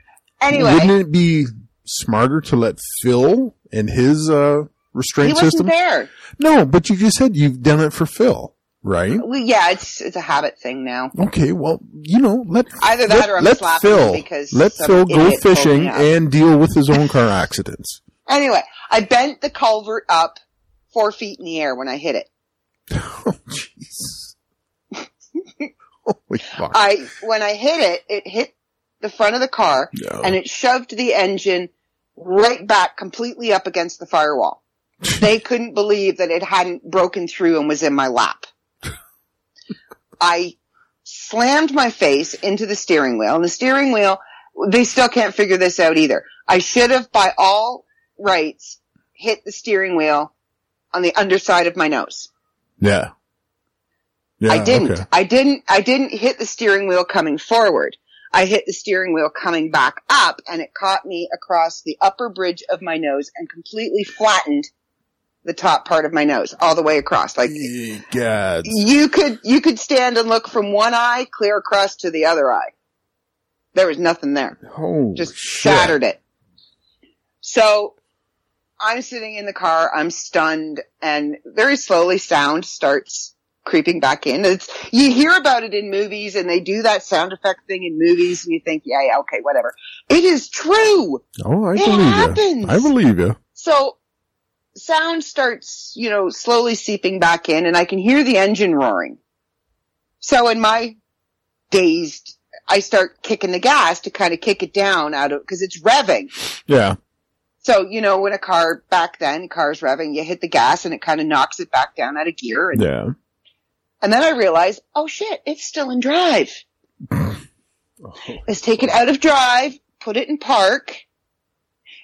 [SPEAKER 4] Anyway,
[SPEAKER 3] wouldn't it be smarter to let Phil and his uh,
[SPEAKER 4] he
[SPEAKER 3] restraint
[SPEAKER 4] wasn't
[SPEAKER 3] system
[SPEAKER 4] there.
[SPEAKER 3] no but you just said you've done it for Phil right
[SPEAKER 4] Well, yeah, it's it's a habit thing now.
[SPEAKER 3] okay well you know let
[SPEAKER 4] Either that
[SPEAKER 3] let,
[SPEAKER 4] or I'm
[SPEAKER 3] let
[SPEAKER 4] slapping him
[SPEAKER 3] Phil
[SPEAKER 4] because
[SPEAKER 3] let
[SPEAKER 4] some
[SPEAKER 3] Phil go
[SPEAKER 4] idiot pulled
[SPEAKER 3] fishing
[SPEAKER 4] me up.
[SPEAKER 3] and deal with his own car accidents
[SPEAKER 4] Anyway, I bent the culvert up four feet in the air when I hit it.
[SPEAKER 3] Oh, jeez. Holy fuck.
[SPEAKER 4] I when I hit it, it hit the front of the car
[SPEAKER 3] No.
[SPEAKER 4] and it shoved the engine right back completely up against the firewall. they couldn't believe that it hadn't broken through and was in my lap. I slammed my face into the steering wheel and the steering wheel, they still can't figure this out either. I should have by all rights hit the steering wheel on the underside of my nose.
[SPEAKER 3] yeah. Yeah.
[SPEAKER 4] I didn't.
[SPEAKER 3] okay.
[SPEAKER 4] I didn't. I didn't hit the steering wheel coming forward. I hit the steering wheel coming back up, and it caught me across the upper bridge of my nose and completely flattened the top part of my nose all the way across. Like
[SPEAKER 3] Ye gods.
[SPEAKER 4] you could you could stand and look from one eye clear across to the other eye. There was nothing there
[SPEAKER 3] Oh,
[SPEAKER 4] just
[SPEAKER 3] shit.
[SPEAKER 4] shattered it. So I'm sitting in the car, I'm stunned, and very slowly sound starts creeping back in. It's you hear about it in movies and they do that sound effect thing in movies and you think, yeah, yeah, okay, whatever. It is true.
[SPEAKER 3] Oh, I
[SPEAKER 4] It
[SPEAKER 3] believe
[SPEAKER 4] happens.
[SPEAKER 3] you. I believe you.
[SPEAKER 4] So sound starts, you know, slowly seeping back in and I can hear the engine roaring. So in my dazed, I start kicking the gas to kind of kick it down out of, cause it's revving.
[SPEAKER 3] Yeah.
[SPEAKER 4] So, you know, when a car back then, car's revving, you hit the gas and it kind of knocks it back down out of gear. And,
[SPEAKER 3] Yeah.
[SPEAKER 4] and then I realized, oh shit, it's still in drive. Let's take it out of drive, put it in park.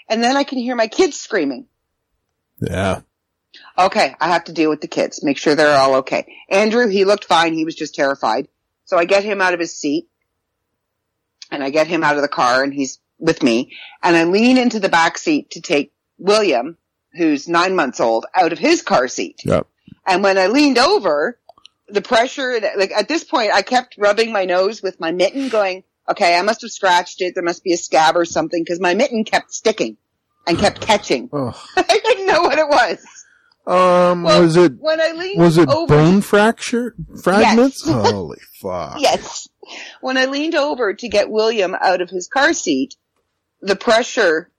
[SPEAKER 4] And then I can hear my kids screaming.
[SPEAKER 3] Yeah.
[SPEAKER 4] Okay, I have to deal with the kids, make sure they're all okay. Andrew, he looked fine. He was just terrified. So I get him out of his seat and I get him out of the car and he's with me and I lean into the back seat to take William, who's nine months old, out of his car seat.
[SPEAKER 3] Yep.
[SPEAKER 4] And when I leaned over, the pressure, like at this point, I kept rubbing my nose with my mitten going, okay, I must have scratched it. There must be a scab or something because my mitten kept sticking and kept catching.
[SPEAKER 3] Oh.
[SPEAKER 4] I didn't know what it was.
[SPEAKER 3] Um,
[SPEAKER 4] Well,
[SPEAKER 3] was it,
[SPEAKER 4] When I leaned
[SPEAKER 3] was it
[SPEAKER 4] over,
[SPEAKER 3] bone fracture fragments? Holy fuck.
[SPEAKER 4] yes. When I leaned over to get William out of his car seat, the pressure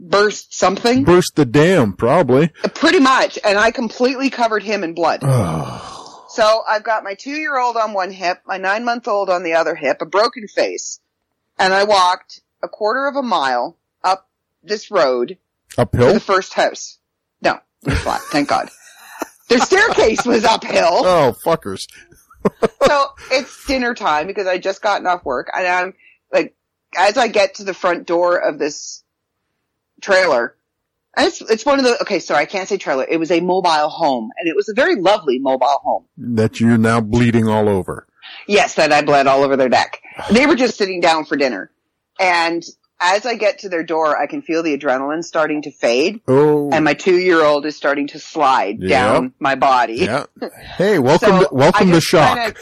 [SPEAKER 4] burst something,
[SPEAKER 3] Burst the dam, probably.
[SPEAKER 4] pretty much, and I completely covered him in blood.
[SPEAKER 3] Oh.
[SPEAKER 4] So I've got my two year old on one hip, my nine month old on the other hip, a broken face, and I walked a quarter of a mile up this road to
[SPEAKER 3] Uphill?
[SPEAKER 4] the first house. No, it was flat, thank God. Their staircase was uphill.
[SPEAKER 3] Oh, fuckers.
[SPEAKER 4] so it's dinner time because I just gotten off work and I'm like, as I get to the front door of this trailer, and it's, it's one of the, okay, sorry, I can't say trailer. It was a mobile home and it was a very lovely mobile home.
[SPEAKER 3] That you're now bleeding all over.
[SPEAKER 4] Yes, that I bled all over their neck. They were just sitting down for dinner. And as I get to their door, I can feel the adrenaline starting to fade
[SPEAKER 3] Oh.
[SPEAKER 4] and my two year old is starting to slide
[SPEAKER 3] Yeah.
[SPEAKER 4] down my body.
[SPEAKER 3] yeah. Hey, welcome,
[SPEAKER 4] So
[SPEAKER 3] to, welcome
[SPEAKER 4] I
[SPEAKER 3] to
[SPEAKER 4] just
[SPEAKER 3] shock.
[SPEAKER 4] kinda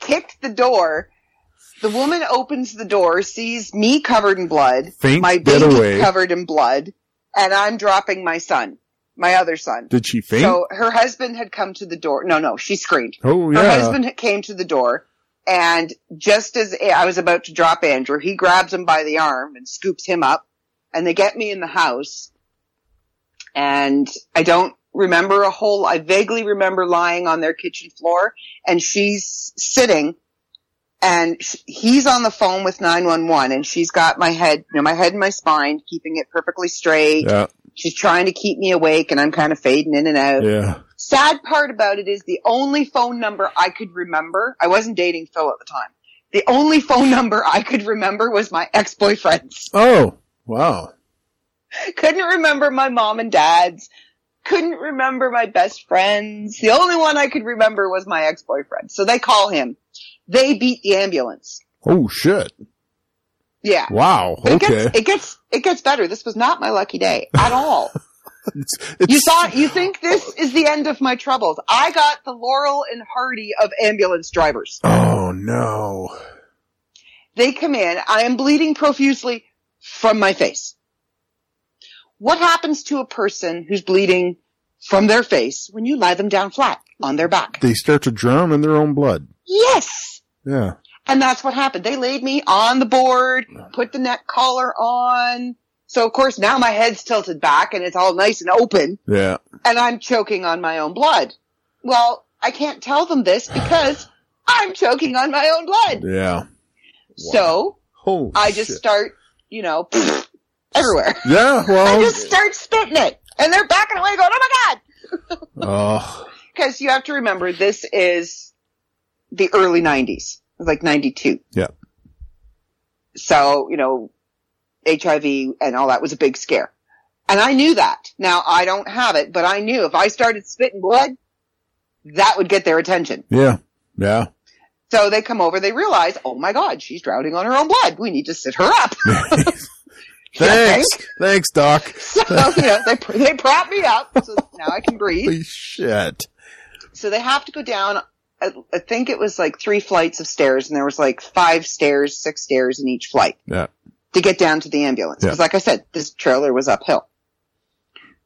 [SPEAKER 4] kicked the door. The woman opens the door, sees me covered in blood,
[SPEAKER 3] Faint
[SPEAKER 4] my
[SPEAKER 3] dead
[SPEAKER 4] baby
[SPEAKER 3] away.
[SPEAKER 4] covered in blood, and I'm dropping my son, my other son.
[SPEAKER 3] Did she faint?
[SPEAKER 4] So her husband had come to the door. No, no, she screamed.
[SPEAKER 3] oh,
[SPEAKER 4] Her
[SPEAKER 3] yeah.
[SPEAKER 4] husband had came to the door, and just as I was about to drop Andrew, he grabs him by the arm and scoops him up, and they get me in the house. And I don't remember a whole. I vaguely remember lying on their kitchen floor, and she's sitting, and sh- he's on the phone with nine one one, and she's got my head, you know, my head and my spine, keeping it perfectly straight
[SPEAKER 3] Yeah.
[SPEAKER 4] She's trying to keep me awake and I'm kind of fading in and out.
[SPEAKER 3] Yeah.
[SPEAKER 4] Sad part about it is the only phone number I could remember, I wasn't dating Phil at the time. The only phone number I could remember was my ex-boyfriend's.
[SPEAKER 3] Oh, wow.
[SPEAKER 4] Couldn't remember my mom and dad's. Couldn't remember my best friend's. The only one I could remember was my ex-boyfriend. So they call him. They beat the ambulance.
[SPEAKER 3] Oh shit.
[SPEAKER 4] Yeah.
[SPEAKER 3] Wow.
[SPEAKER 4] It
[SPEAKER 3] Okay.
[SPEAKER 4] gets it gets it gets better. This was not my lucky day at all.
[SPEAKER 3] It's-
[SPEAKER 4] You
[SPEAKER 3] it's-
[SPEAKER 4] thought you think this is the end of my troubles. I got the Laurel and Hardy of ambulance drivers.
[SPEAKER 3] Oh no.
[SPEAKER 4] They come in. I am bleeding profusely from my face. What happens to a person who's bleeding from their face when you lie them down flat on their back?
[SPEAKER 3] They start to drown in their own blood.
[SPEAKER 4] Yes.
[SPEAKER 3] Yeah.
[SPEAKER 4] And that's what happened. They laid me on the board, put the neck collar on. So of course now my head's tilted back and it's all nice and open.
[SPEAKER 3] Yeah.
[SPEAKER 4] and I'm choking on my own blood. Well, I can't tell them this because I'm choking on my own blood.
[SPEAKER 3] Yeah.
[SPEAKER 4] So
[SPEAKER 3] Oh.
[SPEAKER 4] I just start, you know, everywhere.
[SPEAKER 3] Oh, Yeah.
[SPEAKER 4] I
[SPEAKER 3] Well.
[SPEAKER 4] just start spitting it and they're backing away going, Oh my God.
[SPEAKER 3] oh.
[SPEAKER 4] Cause you have to remember this is the early nineties. It was like 92.
[SPEAKER 3] Yeah.
[SPEAKER 4] So, you know, HIV and all that was a big scare. And I knew that. Now I don't have it, but I knew if I started spitting blood, that would get their attention.
[SPEAKER 3] Yeah. Yeah.
[SPEAKER 4] So they come over, they realize, oh my god, she's drowning on her own blood. We need to sit her up.
[SPEAKER 3] Thanks. Thanks, Doc.
[SPEAKER 4] so, you know, they, they prop me up, so now I can breathe.
[SPEAKER 3] Holy shit.
[SPEAKER 4] So they have to go down, I, I think it was like three flights of stairs, and there was like five stairs, six stairs in each flight.
[SPEAKER 3] Yeah.
[SPEAKER 4] to get down to the ambulance.
[SPEAKER 3] Yeah.
[SPEAKER 4] Because like I said, this trailer was uphill.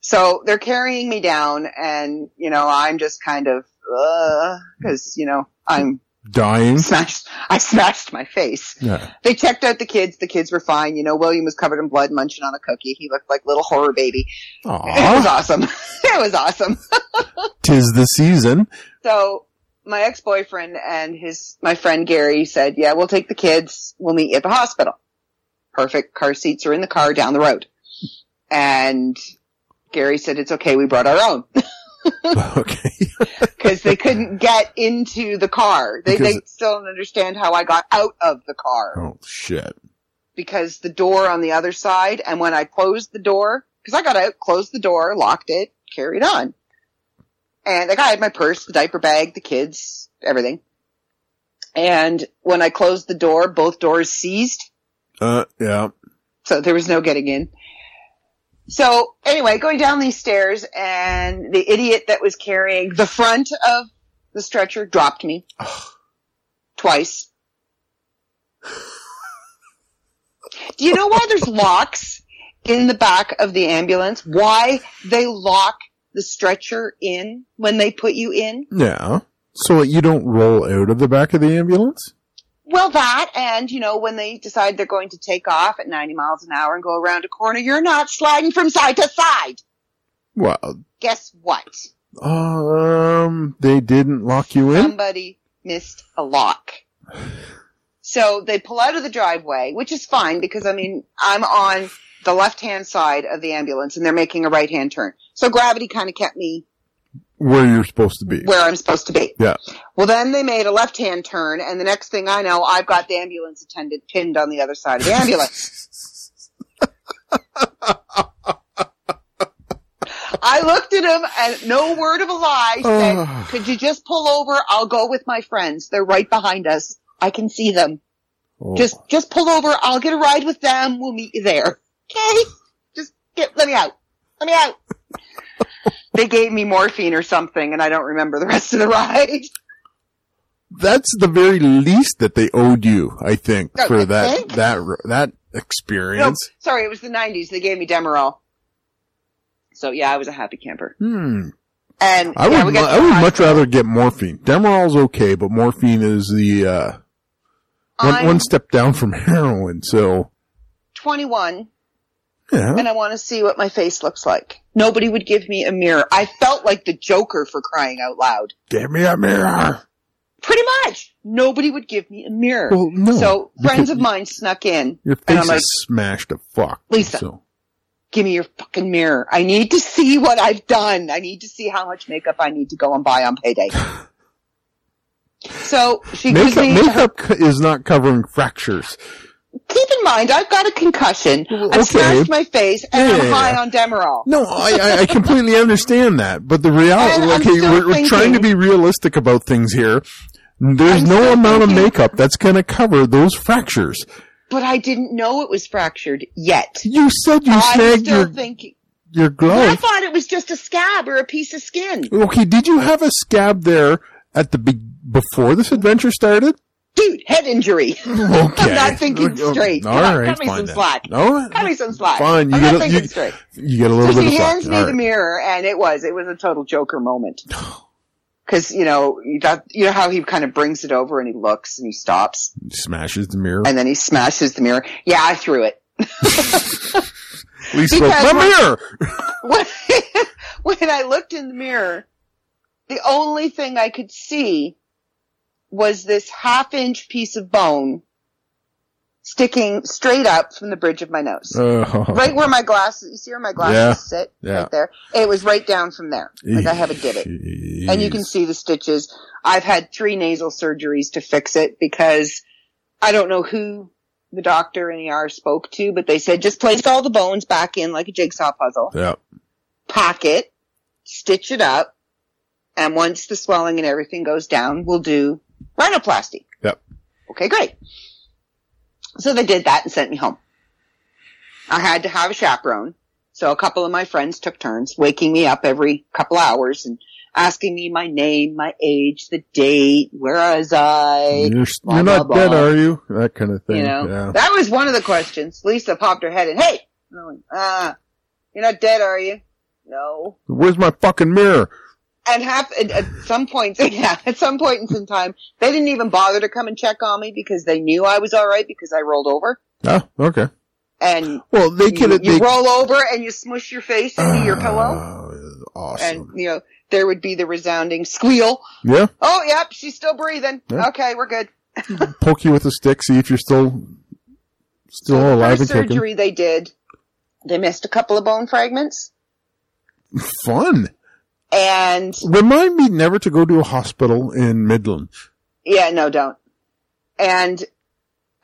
[SPEAKER 4] So they're carrying me down and, you know, I'm just kind of, uh, cause, you know, I'm
[SPEAKER 3] Dying.
[SPEAKER 4] smashed, I smashed my face.
[SPEAKER 3] Yeah.
[SPEAKER 4] They checked out the kids. The kids were fine. You know, William was covered in blood, munching on a cookie. He looked like little horror baby. It was
[SPEAKER 3] Aw.
[SPEAKER 4] awesome. it was awesome.
[SPEAKER 3] Tis the season.
[SPEAKER 4] So my ex-boyfriend and his, my friend Gary said, yeah, we'll take the kids. We'll meet you at the hospital. Perfect. Car seats are in the car down the road. And Gary said, it's okay. We brought our own
[SPEAKER 3] okay.
[SPEAKER 4] because they couldn't get into the car. They, they still don't understand how I got out of the car.
[SPEAKER 3] Oh shit.
[SPEAKER 4] because the door on the other side, and when I closed the door, because I got out, closed the door, locked it, carried on. And like I had my purse, the diaper bag, the kids, everything. And when I closed the door, both doors seized,
[SPEAKER 3] Uh. Yeah.
[SPEAKER 4] so there was no getting in. So anyway, going down these stairs, and the idiot that was carrying the front of the stretcher dropped me twice. Do you know why there's locks in the back of the ambulance? Why they lock the stretcher in when they put you in?
[SPEAKER 3] Yeah. So you don't roll out of the back of the ambulance.
[SPEAKER 4] Well, that and you know when they decide they're going to take off at 90 miles an hour and go around a corner, you're not sliding from side to side.
[SPEAKER 3] Well.
[SPEAKER 4] guess what?
[SPEAKER 3] Um. They didn't lock you in.
[SPEAKER 4] Somebody missed a lock. So they pull out of the driveway, which is fine because I mean, I'm on the left hand side of the ambulance and they're making a right hand turn. So gravity kind of kept me
[SPEAKER 3] Where you're supposed to be.
[SPEAKER 4] where I'm supposed to be.
[SPEAKER 3] Yeah.
[SPEAKER 4] Well, then they made a left hand turn and the next thing I know, I've got the ambulance attendant pinned on the other side of the ambulance. I looked at him and no word of a lie said,
[SPEAKER 3] Ah.
[SPEAKER 4] could you just pull over? I'll go with my friends. They're right behind us. I can see them.
[SPEAKER 3] Oh.
[SPEAKER 4] Just, just pull over. I'll get a ride with them. We'll meet you there. Okay. Just get, let me out. Let me out. they gave me morphine or something and I don't remember the rest of the ride.
[SPEAKER 3] that's the very least that they owed you, I think,
[SPEAKER 4] Don't
[SPEAKER 3] for
[SPEAKER 4] you
[SPEAKER 3] that
[SPEAKER 4] think?
[SPEAKER 3] that that
[SPEAKER 4] No,
[SPEAKER 3] experience.
[SPEAKER 4] sorry. It was the nineties. They gave me Demerol. So yeah, I was a happy camper.
[SPEAKER 3] Hmm.
[SPEAKER 4] And
[SPEAKER 3] I
[SPEAKER 4] yeah,
[SPEAKER 3] would. mu-
[SPEAKER 4] we got
[SPEAKER 3] I
[SPEAKER 4] to the
[SPEAKER 3] would
[SPEAKER 4] hospital.
[SPEAKER 3] much rather get morphine. Demerol's okay, but morphine is the uh, one,
[SPEAKER 4] I'm
[SPEAKER 3] one step down from heroin. So
[SPEAKER 4] 21
[SPEAKER 3] yeah,
[SPEAKER 4] and I want to see what my face looks like. Nobody would give me a mirror. I felt like the Joker for crying out loud.
[SPEAKER 3] give me a mirror.
[SPEAKER 4] Pretty much. Nobody would give me a mirror.
[SPEAKER 3] Well, no.
[SPEAKER 4] so
[SPEAKER 3] because
[SPEAKER 4] friends of mine snuck in.
[SPEAKER 3] Your
[SPEAKER 4] and
[SPEAKER 3] face
[SPEAKER 4] I'm like-
[SPEAKER 3] is smashed to fuck,
[SPEAKER 4] Lisa.
[SPEAKER 3] So
[SPEAKER 4] give me your fucking mirror. I need to see what I've done. I need to see how much makeup I need to go and buy on payday. So she gives
[SPEAKER 3] Makeup,
[SPEAKER 4] me.
[SPEAKER 3] makeup c- is not covering fractures.
[SPEAKER 4] Keep in mind, I've got a concussion. I've
[SPEAKER 3] Okay.
[SPEAKER 4] smashed my face, and
[SPEAKER 3] Yeah,
[SPEAKER 4] I'm
[SPEAKER 3] yeah,
[SPEAKER 4] high
[SPEAKER 3] yeah.
[SPEAKER 4] on Demerol.
[SPEAKER 3] No, I, I, I completely understand that, but the reality,
[SPEAKER 4] And I'm
[SPEAKER 3] okay,
[SPEAKER 4] still
[SPEAKER 3] we're, we're trying to
[SPEAKER 4] thinking-
[SPEAKER 3] be realistic about things here. There's
[SPEAKER 4] I'm
[SPEAKER 3] no
[SPEAKER 4] still
[SPEAKER 3] amount of
[SPEAKER 4] thinking-
[SPEAKER 3] makeup that's going to cover those fractures.
[SPEAKER 4] But I didn't know it was fractured yet.
[SPEAKER 3] You said Oh. you
[SPEAKER 4] Oh, I'm
[SPEAKER 3] snagged
[SPEAKER 4] still
[SPEAKER 3] your
[SPEAKER 4] thinking.
[SPEAKER 3] your
[SPEAKER 4] I
[SPEAKER 3] glove.
[SPEAKER 4] thought it was just a scab or a piece of skin.
[SPEAKER 3] Okay, did you have a scab there at the be- before this adventure started?
[SPEAKER 4] Dude, head injury.
[SPEAKER 3] Okay,
[SPEAKER 4] I'm not thinking straight.
[SPEAKER 3] All
[SPEAKER 4] Come on,
[SPEAKER 3] right,
[SPEAKER 4] cut me
[SPEAKER 3] fine
[SPEAKER 4] some
[SPEAKER 3] then.
[SPEAKER 4] slack.
[SPEAKER 3] No,
[SPEAKER 4] Cut me some slack.
[SPEAKER 3] Fine, you
[SPEAKER 4] I'm
[SPEAKER 3] get a-
[SPEAKER 4] not thinking
[SPEAKER 3] you-
[SPEAKER 4] straight.
[SPEAKER 3] you get a
[SPEAKER 4] So
[SPEAKER 3] little
[SPEAKER 4] she
[SPEAKER 3] bit of slack.
[SPEAKER 4] hands me
[SPEAKER 3] All
[SPEAKER 4] the
[SPEAKER 3] right.
[SPEAKER 4] mirror, and it was it was a total Joker moment. Because you know you got you know how he kind of brings it over and he looks and he stops
[SPEAKER 3] Smashes the mirror.
[SPEAKER 4] and then he smashes the mirror. Yeah, I threw it.
[SPEAKER 3] Lisa goes,
[SPEAKER 4] because
[SPEAKER 3] "The
[SPEAKER 4] we're-
[SPEAKER 3] mirror.
[SPEAKER 4] when, when I looked in the mirror, the only thing I could see was this half inch piece of bone sticking straight up from the bridge of my nose.
[SPEAKER 3] Oh.
[SPEAKER 4] right where my glasses, you see where my glasses
[SPEAKER 3] Yeah,
[SPEAKER 4] sit?
[SPEAKER 3] yeah.
[SPEAKER 4] Right there. It was right down from there. Like I have a divot. And you can see the stitches. I've had three nasal surgeries to fix it because I don't know who the doctor in ER spoke to, but they said just place all the bones back in like a jigsaw puzzle
[SPEAKER 3] Yeah.
[SPEAKER 4] pack it, stitch it up, and once the swelling and everything goes down, we'll do rhinoplasty.
[SPEAKER 3] Yep.
[SPEAKER 4] Okay, great. So they did that and sent me home. I had to have a chaperone. So a couple of my friends took turns waking me up every couple hours and asking me my name, my age, the date, where was I?
[SPEAKER 3] You're,
[SPEAKER 4] blah,
[SPEAKER 3] you're not
[SPEAKER 4] blah,
[SPEAKER 3] dead,
[SPEAKER 4] blah.
[SPEAKER 3] are you? That kind of thing.
[SPEAKER 4] You know,
[SPEAKER 3] Yeah.
[SPEAKER 4] that was one of the questions. Lisa popped her head in. Hey, And I'm like, ah, you're not dead, are you? No.
[SPEAKER 3] Where's my fucking mirror?
[SPEAKER 4] and half at, at some points, yeah, at some points in time, they didn't even bother to come and check on me because they knew I was all right because I rolled over.
[SPEAKER 3] Oh, okay.
[SPEAKER 4] And
[SPEAKER 3] Well, they
[SPEAKER 4] you,
[SPEAKER 3] could.
[SPEAKER 4] you
[SPEAKER 3] they,
[SPEAKER 4] roll over and you smush your face
[SPEAKER 3] Ah,
[SPEAKER 4] into your pillow,
[SPEAKER 3] Oh, Awesome.
[SPEAKER 4] and you know there would be the resounding squeal.
[SPEAKER 3] yeah.
[SPEAKER 4] Oh, yep, she's still breathing.
[SPEAKER 3] Yeah.
[SPEAKER 4] Okay, we're good.
[SPEAKER 3] Poke you with a stick, see if you're still still
[SPEAKER 4] the
[SPEAKER 3] alive and
[SPEAKER 4] first
[SPEAKER 3] kicking.
[SPEAKER 4] surgery they did, they missed a couple of bone fragments,
[SPEAKER 3] Fun.
[SPEAKER 4] and
[SPEAKER 3] Remind me never to go to a hospital in Midland.
[SPEAKER 4] Yeah, no, don't. And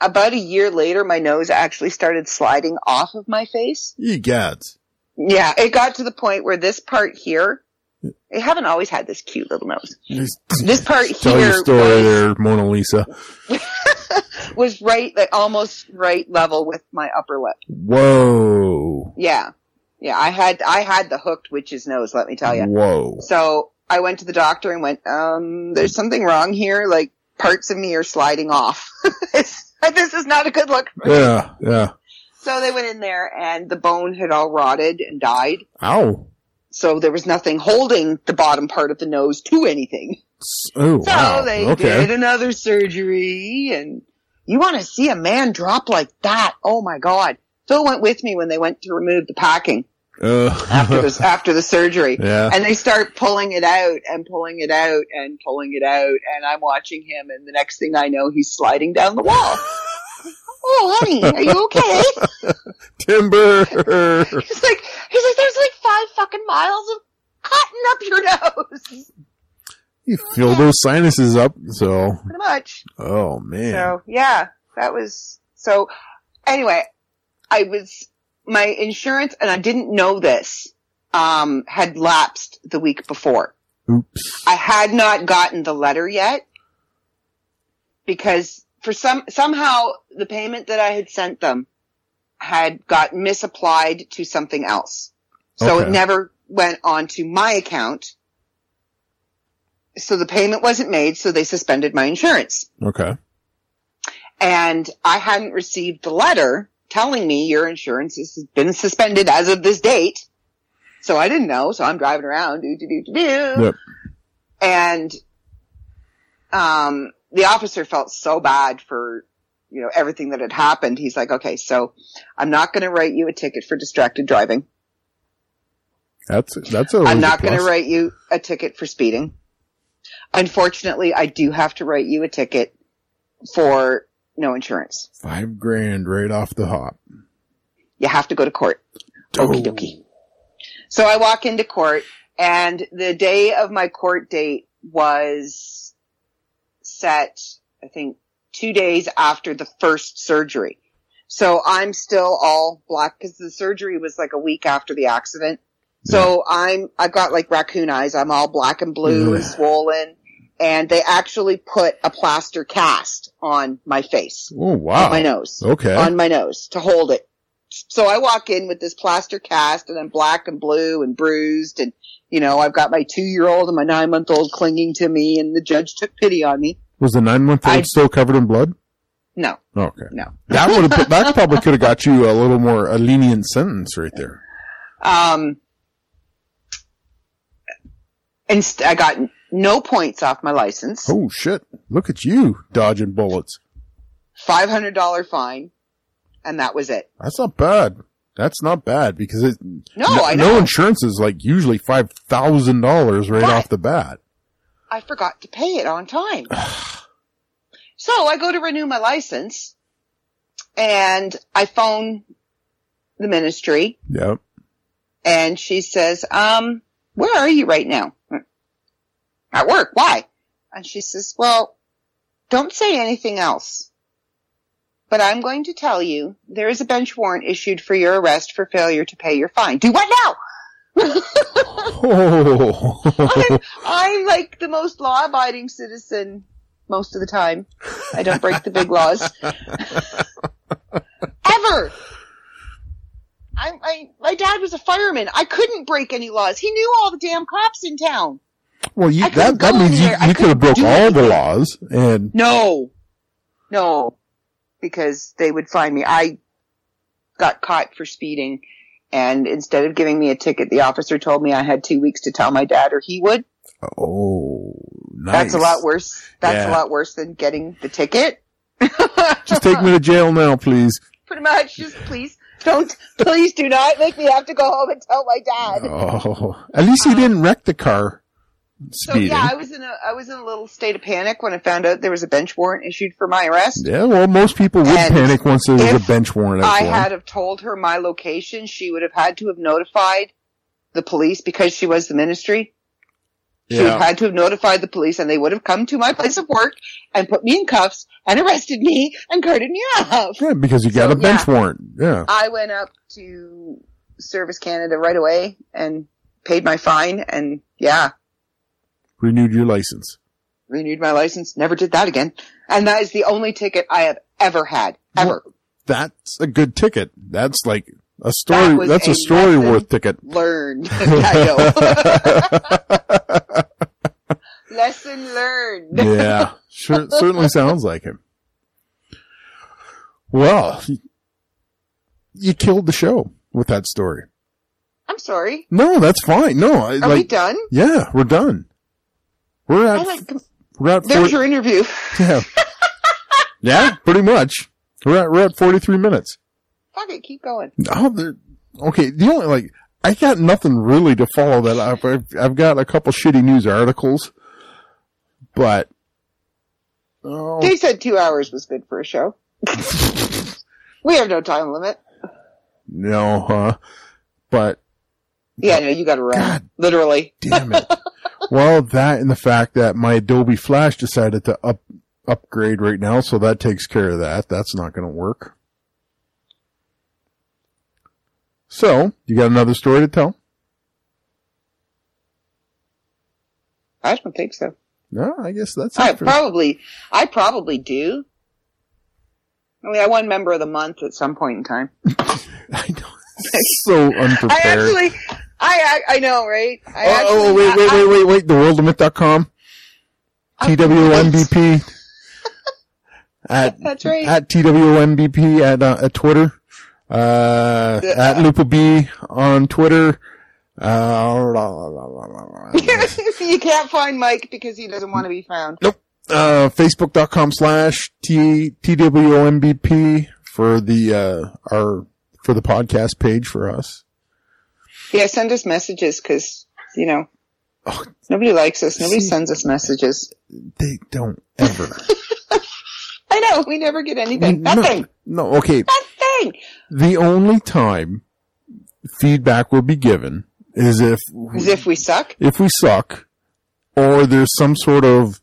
[SPEAKER 4] about a year later, my nose actually started sliding off of my face.
[SPEAKER 3] Egads.
[SPEAKER 4] Yeah, it got to the point where this part here, I haven't always had this cute little nose.
[SPEAKER 3] Just
[SPEAKER 4] This part
[SPEAKER 3] Tell
[SPEAKER 4] here
[SPEAKER 3] your story
[SPEAKER 4] was,
[SPEAKER 3] there, Mona Lisa.
[SPEAKER 4] was right, like almost right level with my upper lip.
[SPEAKER 3] Whoa.
[SPEAKER 4] Yeah. Yeah, I had, I had the hooked witch's nose, let me tell you.
[SPEAKER 3] Whoa.
[SPEAKER 4] So I went to the doctor and went, um, there's something wrong here. Like parts of me are sliding off. this is not a good look for me.
[SPEAKER 3] Yeah. Yeah.
[SPEAKER 4] So they went in there and the bone had all rotted and died.
[SPEAKER 3] Ow.
[SPEAKER 4] So there was nothing holding the bottom part of the nose to anything.
[SPEAKER 3] S- Oh,
[SPEAKER 4] So
[SPEAKER 3] wow.
[SPEAKER 4] they
[SPEAKER 3] okay.
[SPEAKER 4] did another surgery and you want to see a man drop like that? Oh my God. Phil went with me when they went to remove the packing
[SPEAKER 3] Uh,
[SPEAKER 4] after this, after the surgery.
[SPEAKER 3] yeah.
[SPEAKER 4] And they start pulling it out and pulling it out and pulling it out. And I'm watching him. And the next thing I know, he's sliding down the wall. oh, honey, are you okay?
[SPEAKER 3] Timber.
[SPEAKER 4] He's like, he's like, there's like five fucking miles of cotton up your nose,
[SPEAKER 3] you fill those sinuses up. So,
[SPEAKER 4] pretty much.
[SPEAKER 3] oh man.
[SPEAKER 4] So yeah, that was so. Anyway, I was my insurance, and I didn't know this. Um, had lapsed the week before.
[SPEAKER 3] Oops.
[SPEAKER 4] I had not gotten the letter yet because for some somehow the payment that I had sent them had got misapplied to something else. So
[SPEAKER 3] Okay.
[SPEAKER 4] it never went onto my account. So the payment wasn't made, so they suspended my insurance.
[SPEAKER 3] Okay.
[SPEAKER 4] And I hadn't received the letter telling me your insurance has been suspended as of this date. So I didn't know, so I'm driving around, do do do do do
[SPEAKER 3] Yep.
[SPEAKER 4] and um, the officer felt so bad for you know everything that had happened. He's like, "Okay, so I'm not going to write you a ticket for distracted driving.
[SPEAKER 3] That's that's a.
[SPEAKER 4] I'm not going to
[SPEAKER 3] Oh, plus.
[SPEAKER 4] write you a ticket for speeding. Unfortunately, I do have to write you a ticket for no insurance.
[SPEAKER 3] five grand right off the hop.
[SPEAKER 4] You have to go to court." Okie dokie. So I walk into court, and the day of my court date was set, I think, two days after the first surgery. So I'm still all black because the surgery was like a week after the accident. So I'm, I've got like raccoon eyes. I'm all black and blue and
[SPEAKER 3] Yeah.
[SPEAKER 4] swollen. And they actually put a plaster cast on my face,
[SPEAKER 3] Oh
[SPEAKER 4] on
[SPEAKER 3] wow.
[SPEAKER 4] my nose
[SPEAKER 3] Okay.
[SPEAKER 4] on my nose to hold it. So I walk in with this plaster cast and I'm black and blue and bruised and, you know, I've got my two year old and my nine month old clinging to me and the judge took pity on me.
[SPEAKER 3] Was the nine month
[SPEAKER 4] I-
[SPEAKER 3] old still covered in blood?
[SPEAKER 4] No,
[SPEAKER 3] Okay.
[SPEAKER 4] no.
[SPEAKER 3] That would have that probably could have got you a little more a lenient sentence right there.
[SPEAKER 4] Um, and st- I got no points off my license,
[SPEAKER 3] Oh shit! Look at you dodging bullets.
[SPEAKER 4] $500 fine. And that was it.
[SPEAKER 3] That's not bad. That's not bad because it
[SPEAKER 4] No,
[SPEAKER 3] no,
[SPEAKER 4] I
[SPEAKER 3] no
[SPEAKER 4] know.
[SPEAKER 3] insurance is like usually five thousand dollars right
[SPEAKER 4] Right.
[SPEAKER 3] off the bat.
[SPEAKER 4] I forgot to pay it on time. so I go to renew my license and I phone the ministry
[SPEAKER 3] Yep.
[SPEAKER 4] and she says, um, where are you right now? At work. Why? And she says, well, don't say anything else, but I'm going to tell you there is a bench warrant issued for your arrest for failure to pay your fine. Do what now?
[SPEAKER 3] Oh.
[SPEAKER 4] I'm, I'm like the most law abiding citizen most of the time. I don't break the big laws. Ever. I, I, my dad was a fireman. I couldn't break any laws. He knew all the damn cops in town.
[SPEAKER 3] well, you,
[SPEAKER 4] I
[SPEAKER 3] that
[SPEAKER 4] couldn't
[SPEAKER 3] that
[SPEAKER 4] go
[SPEAKER 3] means you,
[SPEAKER 4] anywhere. I
[SPEAKER 3] you could have
[SPEAKER 4] couldn't
[SPEAKER 3] broke
[SPEAKER 4] do
[SPEAKER 3] all the laws, and
[SPEAKER 4] No. No. Because they would find me. I got caught for speeding and instead of giving me a ticket, the officer told me I had two weeks to tell my dad or he would.
[SPEAKER 3] oh, nice.
[SPEAKER 4] That's a lot worse. That's
[SPEAKER 3] Yeah.
[SPEAKER 4] a lot worse than getting the ticket.
[SPEAKER 3] Just take me to jail now, please.
[SPEAKER 4] Pretty much, just please don't, please do not make me have to go home and tell my dad.
[SPEAKER 3] Oh, at least he didn't wreck the car.
[SPEAKER 4] So
[SPEAKER 3] Speeding.
[SPEAKER 4] yeah, I was in a I was in a little state of panic when I found out there was a bench warrant issued for my arrest.
[SPEAKER 3] Yeah, well, most people would
[SPEAKER 4] And
[SPEAKER 3] panic once there was a
[SPEAKER 4] if
[SPEAKER 3] bench warrant out
[SPEAKER 4] I
[SPEAKER 3] for 'em.
[SPEAKER 4] had have told her my location, she would have had to have notified the police because she was the ministry. She would have
[SPEAKER 3] Yeah.
[SPEAKER 4] had to have notified the police and they would have come to my place of work and put me in cuffs and arrested me and carted me off.
[SPEAKER 3] yeah, because you got
[SPEAKER 4] So,
[SPEAKER 3] a bench warrant. Yeah.
[SPEAKER 4] I went up to Service Canada right away and paid my fine and yeah,
[SPEAKER 3] Renewed your license.
[SPEAKER 4] renewed my license. Never did that again. And that is the only ticket I have ever had. Ever.
[SPEAKER 3] That's a good ticket. That's like a
[SPEAKER 4] That
[SPEAKER 3] story.
[SPEAKER 4] was
[SPEAKER 3] That's a
[SPEAKER 4] a
[SPEAKER 3] story
[SPEAKER 4] lesson.
[SPEAKER 3] worth ticket.
[SPEAKER 4] Learned. Yeah, I know. Lesson learned.
[SPEAKER 3] yeah. Sure. Certainly sounds like him. Well, you killed the show with that story.
[SPEAKER 4] I'm sorry.
[SPEAKER 3] No, that's fine. No, I,
[SPEAKER 4] Are we
[SPEAKER 3] like,
[SPEAKER 4] done? Oh,
[SPEAKER 3] yeah, we're done. We're
[SPEAKER 4] I
[SPEAKER 3] at,
[SPEAKER 4] like,
[SPEAKER 3] we're at
[SPEAKER 4] there's
[SPEAKER 3] 40,
[SPEAKER 4] your interview.
[SPEAKER 3] yeah. yeah, pretty much. We're at, we're at 43 minutes.
[SPEAKER 4] Fuck it, keep going.
[SPEAKER 3] Oh, they're okay. The only like I got nothing really to follow that up. I've, I've got a couple shitty news articles, but oh,
[SPEAKER 4] They said two hours was good for a show. we have no time limit.
[SPEAKER 3] no, huh? But
[SPEAKER 4] Yeah, no, you gotta run.
[SPEAKER 3] God.
[SPEAKER 4] Literally.
[SPEAKER 3] damn it. well, that and the fact that my Adobe Flash decided to up upgrade right now, so that takes care of that. That's not going to work. So, you got another story to tell?
[SPEAKER 4] I don't think so.
[SPEAKER 3] No, I guess that's
[SPEAKER 4] I
[SPEAKER 3] it. for-
[SPEAKER 4] probably, I probably do. I mean, I won member of the month at some point in time.
[SPEAKER 3] I know. so unprepared.
[SPEAKER 4] I actually, I, I, I know, right? I
[SPEAKER 3] Oh,
[SPEAKER 4] actually,
[SPEAKER 3] oh, wait, wait,
[SPEAKER 4] I-
[SPEAKER 3] wait, wait, wait. TheWorldOfMyth.com.
[SPEAKER 4] I-
[SPEAKER 3] TWMBP. at,
[SPEAKER 4] That's right.
[SPEAKER 3] at TWMBP at, uh, at Twitter. Uh,
[SPEAKER 4] The-
[SPEAKER 3] at Lupa B on Twitter. Uh, la, la, la, la, la, la.
[SPEAKER 4] you can't find Mike because he doesn't want to be found.
[SPEAKER 3] uh, facebook.com slash T, TWMBP for the, uh, our, for the podcast page for us.
[SPEAKER 4] Yeah, send us messages because you know
[SPEAKER 3] Oh.
[SPEAKER 4] nobody likes us. Nobody
[SPEAKER 3] See.
[SPEAKER 4] sends us messages.
[SPEAKER 3] They don't ever.
[SPEAKER 4] I know we never get anything.
[SPEAKER 3] No,
[SPEAKER 4] Nothing.
[SPEAKER 3] No, okay.
[SPEAKER 4] Nothing.
[SPEAKER 3] The only time feedback will be given is if
[SPEAKER 4] As if we suck.
[SPEAKER 3] if we suck or there's some sort of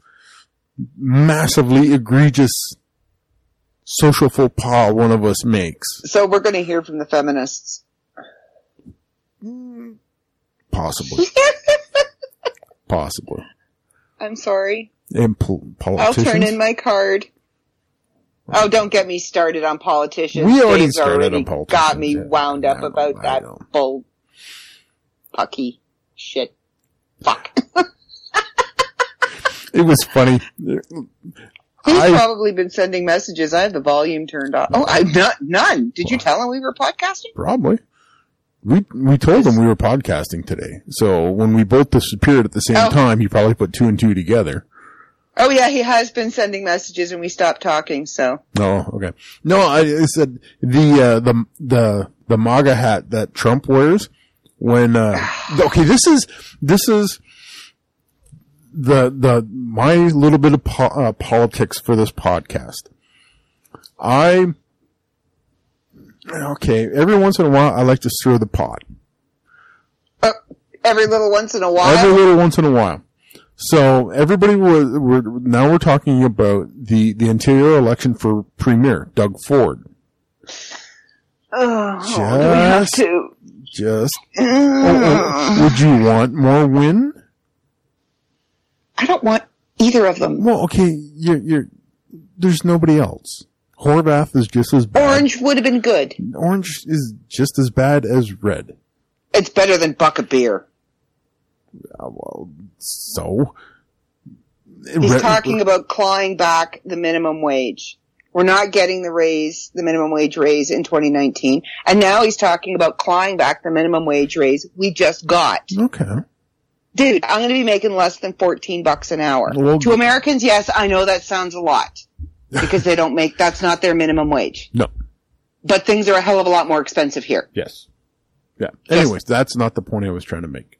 [SPEAKER 3] massively egregious social faux pas one of us makes
[SPEAKER 4] So we're going to hear from the feminists.
[SPEAKER 3] possibly possibly
[SPEAKER 4] I'm sorry.
[SPEAKER 3] and pol-
[SPEAKER 4] I'll
[SPEAKER 3] politicians
[SPEAKER 4] turn in my card. Oh, don't get me started on politicians.
[SPEAKER 3] We already
[SPEAKER 4] Dave's
[SPEAKER 3] started
[SPEAKER 4] already
[SPEAKER 3] on politicians,
[SPEAKER 4] Got me
[SPEAKER 3] yeah.
[SPEAKER 4] wound up
[SPEAKER 3] Yeah,
[SPEAKER 4] about
[SPEAKER 3] I
[SPEAKER 4] that
[SPEAKER 3] know.
[SPEAKER 4] bull pucky shit. Fuck.
[SPEAKER 3] it was funny
[SPEAKER 4] He's
[SPEAKER 3] I-
[SPEAKER 4] probably been sending messages. I have the volume turned off. Oh, I not none. Did you tell him we were podcasting?
[SPEAKER 3] probably we we told him we were podcasting today so when we both disappeared at the same
[SPEAKER 4] Oh.
[SPEAKER 3] time he probably put two and two together
[SPEAKER 4] Oh yeah, he has been sending messages, and we stopped talking. So
[SPEAKER 3] No, okay. No, I, I said the uh, the the the MAGA hat that Trump wears when uh, okay, this is this is the the my little bit of po- uh, politics for this podcast. I okay. Every once in a while, I like to stir the pot.
[SPEAKER 4] uh, every little once in a while,
[SPEAKER 3] Every little once in a while. So everybody was we're, now we're talking about the the Ontario election for premier Doug Ford.
[SPEAKER 4] oh, do we have
[SPEAKER 3] Just-
[SPEAKER 4] to?
[SPEAKER 3] Just Oh, oh, would you want more win?
[SPEAKER 4] I don't want either of them.
[SPEAKER 3] Well, okay, you're, you're, there's nobody else. Horvath is just as bad.
[SPEAKER 4] Orange would have been good.
[SPEAKER 3] Orange, is just as bad as red.
[SPEAKER 4] It's better than buck of beer.
[SPEAKER 3] Uh, well, so
[SPEAKER 4] He's
[SPEAKER 3] Red-
[SPEAKER 4] talking about clawing back the minimum wage. We're not getting the raise, the minimum wage raise in 2019. And now he's talking about clawing back the minimum wage raise we just got.
[SPEAKER 3] Okay,
[SPEAKER 4] Dude, I'm going to be making less than 14 bucks an hour.
[SPEAKER 3] Well-
[SPEAKER 4] to Americans, yes, I know that sounds a lot because they don't make, that's not their minimum wage.
[SPEAKER 3] no,
[SPEAKER 4] But things are a hell of a lot more expensive here.
[SPEAKER 3] yes, yeah.
[SPEAKER 4] Yes.
[SPEAKER 3] Anyways, that's not the point I was trying to make.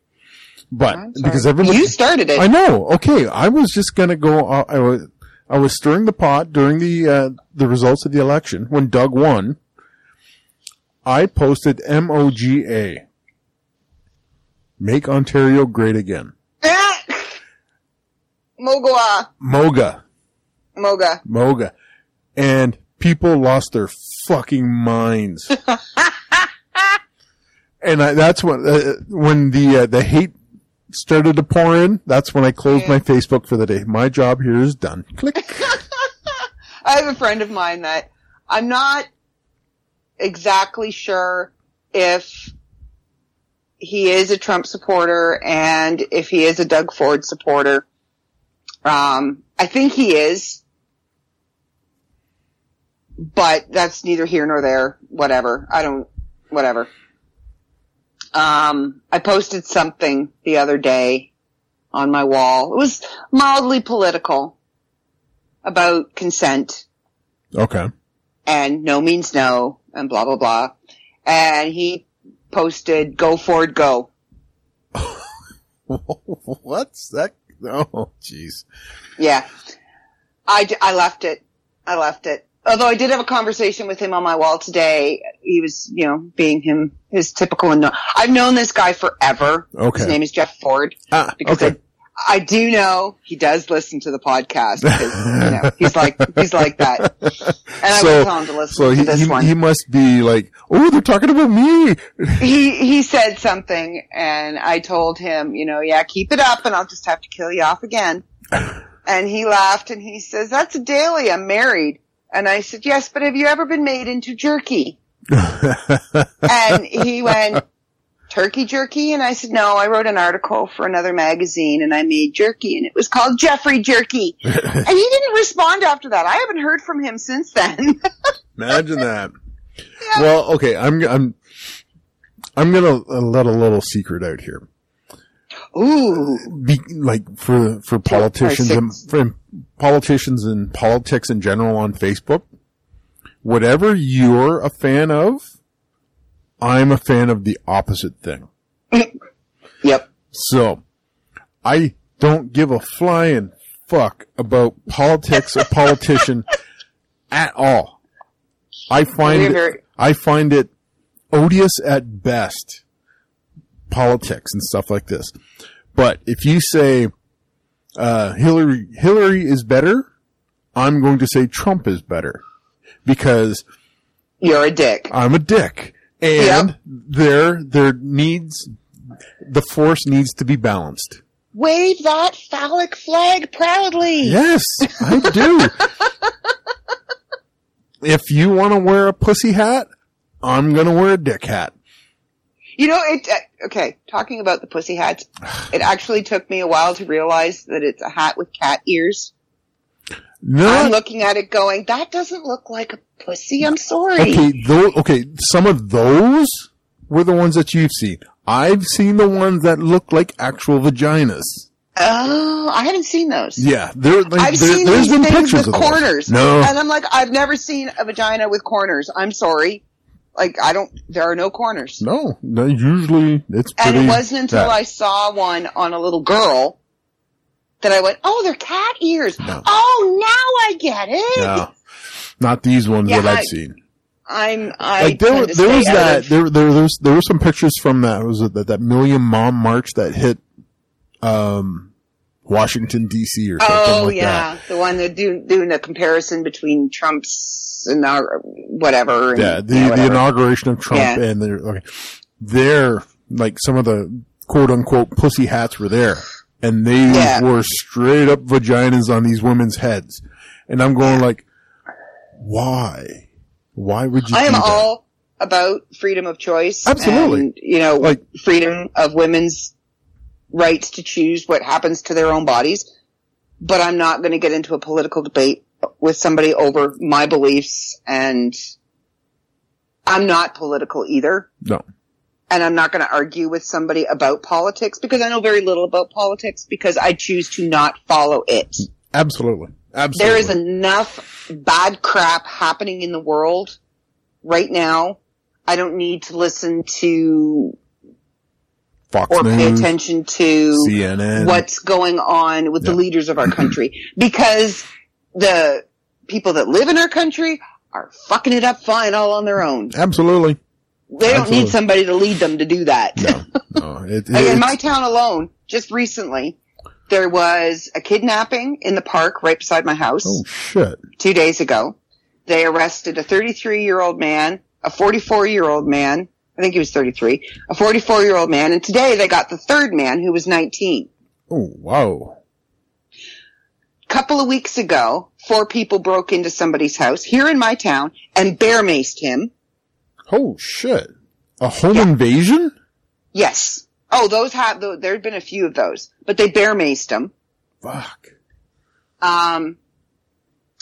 [SPEAKER 3] But because
[SPEAKER 4] Sorry.
[SPEAKER 3] everybody,
[SPEAKER 4] you started it.
[SPEAKER 3] I know. Okay, I was just gonna go. Uh, I was I was stirring the pot during the uh, the results of the election when Doug won. I posted M O G A. Make Ontario great again.
[SPEAKER 4] Mogwa,
[SPEAKER 3] Moga,
[SPEAKER 4] uh, Moga.
[SPEAKER 3] Moga, and people lost their fucking minds. and I, that's when uh, when the uh, the hate started to pour in. That's when I closed my Facebook for the day. My job here is done. Click.
[SPEAKER 4] I have a friend of mine that I'm not exactly sure if he is a Trump supporter and if he is a Doug Ford supporter. Um, I think he is, but that's neither here nor there. Whatever. I don't, whatever. Um, I posted something the other day on my wall. It was mildly political about consent
[SPEAKER 3] Okay.
[SPEAKER 4] and no means no and blah blah blah. And he posted go Ford go.
[SPEAKER 3] What's that? Oh, jeez.
[SPEAKER 4] Yeah. I, d- I left it. I left it. Although I did have a conversation with him on my wall today. He was, you know, being him, his typical and I've known this guy forever.
[SPEAKER 3] Okay.
[SPEAKER 4] His name is Jeff Ford
[SPEAKER 3] Ah,
[SPEAKER 4] because
[SPEAKER 3] okay.
[SPEAKER 4] I, I do know he does listen to the podcast because, you know, he's like, he's like that. And I
[SPEAKER 3] So-
[SPEAKER 4] will tell him to listen
[SPEAKER 3] so
[SPEAKER 4] to
[SPEAKER 3] he,
[SPEAKER 4] this
[SPEAKER 3] he,
[SPEAKER 4] one.
[SPEAKER 3] he must be like, oh, they're talking about me.
[SPEAKER 4] he he said something and I told him, you know, yeah, keep it up and I'll just have to kill you off again. And he laughed and he says, That's a daily, I'm married. And I said, Yes, but have you ever been made into jerky? and he went, Turkey jerky? And I said, No, I wrote an article for another magazine and I made jerky and it was called Jeffrey Jerky. and he didn't respond after that. I haven't heard from him since then.
[SPEAKER 3] Imagine that. Well, okay. I'm, I'm, I'm gonna uh, let a little secret out here.
[SPEAKER 4] Ooh.
[SPEAKER 3] Be, like for, for politicians and for politicians and politics in general on Facebook, whatever you're a fan of, I'm a fan of the opposite thing.
[SPEAKER 4] Yep.
[SPEAKER 3] So, I don't give a flying fuck about politics or politician at all. I find
[SPEAKER 4] We're very-
[SPEAKER 3] I find it odious at best politics and stuff like this. But if you say uh, Hillary Hillary is better, I'm going to say Trump is better because
[SPEAKER 4] You're a dick.
[SPEAKER 3] I'm a dick, and there there needs the force needs to be balanced.
[SPEAKER 4] Wave that phallic flag proudly.
[SPEAKER 3] Yes, I do. if you want to wear a pussy hat, I'm gonna wear a dick hat.
[SPEAKER 4] You know, it, uh, okay, talking about the pussy hats, it actually took me a while to realize that it's a hat with cat ears.
[SPEAKER 3] Not
[SPEAKER 4] I'm looking at it going, that doesn't look like a pussy, I'm sorry.
[SPEAKER 3] Okay, those, okay, some of those were the ones that you've seen. I've seen the ones that look like actual vaginas.
[SPEAKER 4] Oh, I haven't seen those.
[SPEAKER 3] Yeah, there, like,
[SPEAKER 4] I've
[SPEAKER 3] there,
[SPEAKER 4] seen
[SPEAKER 3] there's
[SPEAKER 4] these
[SPEAKER 3] been
[SPEAKER 4] things
[SPEAKER 3] pictures
[SPEAKER 4] with
[SPEAKER 3] of those.
[SPEAKER 4] corners.
[SPEAKER 3] No,
[SPEAKER 4] And I'm like, I've never seen a vagina with corners. I'm sorry. Like, I don't, there are no corners.
[SPEAKER 3] no, no. Usually, it's
[SPEAKER 4] And
[SPEAKER 3] pretty.
[SPEAKER 4] it wasn't until
[SPEAKER 3] bad.
[SPEAKER 4] I saw one on a little girl that I went, oh, they're cat ears.
[SPEAKER 3] No.
[SPEAKER 4] Oh, now I get it.
[SPEAKER 3] No, not these ones
[SPEAKER 4] Yeah,
[SPEAKER 3] that I've
[SPEAKER 4] I-
[SPEAKER 3] seen.
[SPEAKER 4] I'm, I
[SPEAKER 3] Like there,
[SPEAKER 4] tend
[SPEAKER 3] were-
[SPEAKER 4] to
[SPEAKER 3] there
[SPEAKER 4] stay
[SPEAKER 3] was
[SPEAKER 4] out
[SPEAKER 3] that.
[SPEAKER 4] of-
[SPEAKER 3] There, there, there was, there were some pictures from that. Was it that that Million Mom March that hit, um, Washington D.C. or something
[SPEAKER 4] Oh
[SPEAKER 3] like that?
[SPEAKER 4] yeah, the one that do, doing the comparison between Trump's and our whatever. And,
[SPEAKER 3] Yeah, the,
[SPEAKER 4] yeah,
[SPEAKER 3] the
[SPEAKER 4] whatever.
[SPEAKER 3] inauguration of Trump
[SPEAKER 4] Yeah.
[SPEAKER 3] and their okay, their like some of the quote unquote pussy hats were there, and they
[SPEAKER 4] Yeah.
[SPEAKER 3] were straight up vaginas on these women's heads, and I'm going like, why? Why would you?
[SPEAKER 4] I am
[SPEAKER 3] do that?
[SPEAKER 4] all about freedom of choice.
[SPEAKER 3] Absolutely.
[SPEAKER 4] and, you know,
[SPEAKER 3] Like-
[SPEAKER 4] freedom of women's rights to choose what happens to their own bodies. But I'm not going to get into a political debate with somebody over my beliefs and I'm not political either.
[SPEAKER 3] no.
[SPEAKER 4] and I'm not going to argue with somebody about politics because I know very little about politics because I choose to not follow it.
[SPEAKER 3] Absolutely, absolutely.
[SPEAKER 4] There is enough bad crap happening in the world right now. I don't need to listen to
[SPEAKER 3] Fox
[SPEAKER 4] or pay
[SPEAKER 3] News,
[SPEAKER 4] attention to
[SPEAKER 3] CNN.
[SPEAKER 4] what's going on with the
[SPEAKER 3] Yeah.
[SPEAKER 4] leaders of our country because the people that live in our country are fucking it up fine all on their own.
[SPEAKER 3] Absolutely,
[SPEAKER 4] They don't
[SPEAKER 3] Absolutely.
[SPEAKER 4] need somebody to lead them to do that.
[SPEAKER 3] no, no. It,
[SPEAKER 4] Like,
[SPEAKER 3] it-
[SPEAKER 4] in my town alone, just recently, there was a kidnapping in the park right beside my house
[SPEAKER 3] oh shit!
[SPEAKER 4] two days ago. They arrested a 33 year old man, a 44 year old man. I think he was 33, a 44 year old man. And today they got the third man who was 19.
[SPEAKER 3] Oh wow!
[SPEAKER 4] couple of weeks ago, four people broke into somebody's house here in my town and bear maced him.
[SPEAKER 3] Oh shit! A home
[SPEAKER 4] Yeah.
[SPEAKER 3] invasion?
[SPEAKER 4] Yes. Oh, those have, there had been a few of those, but they bear maced him.
[SPEAKER 3] Fuck!
[SPEAKER 4] um,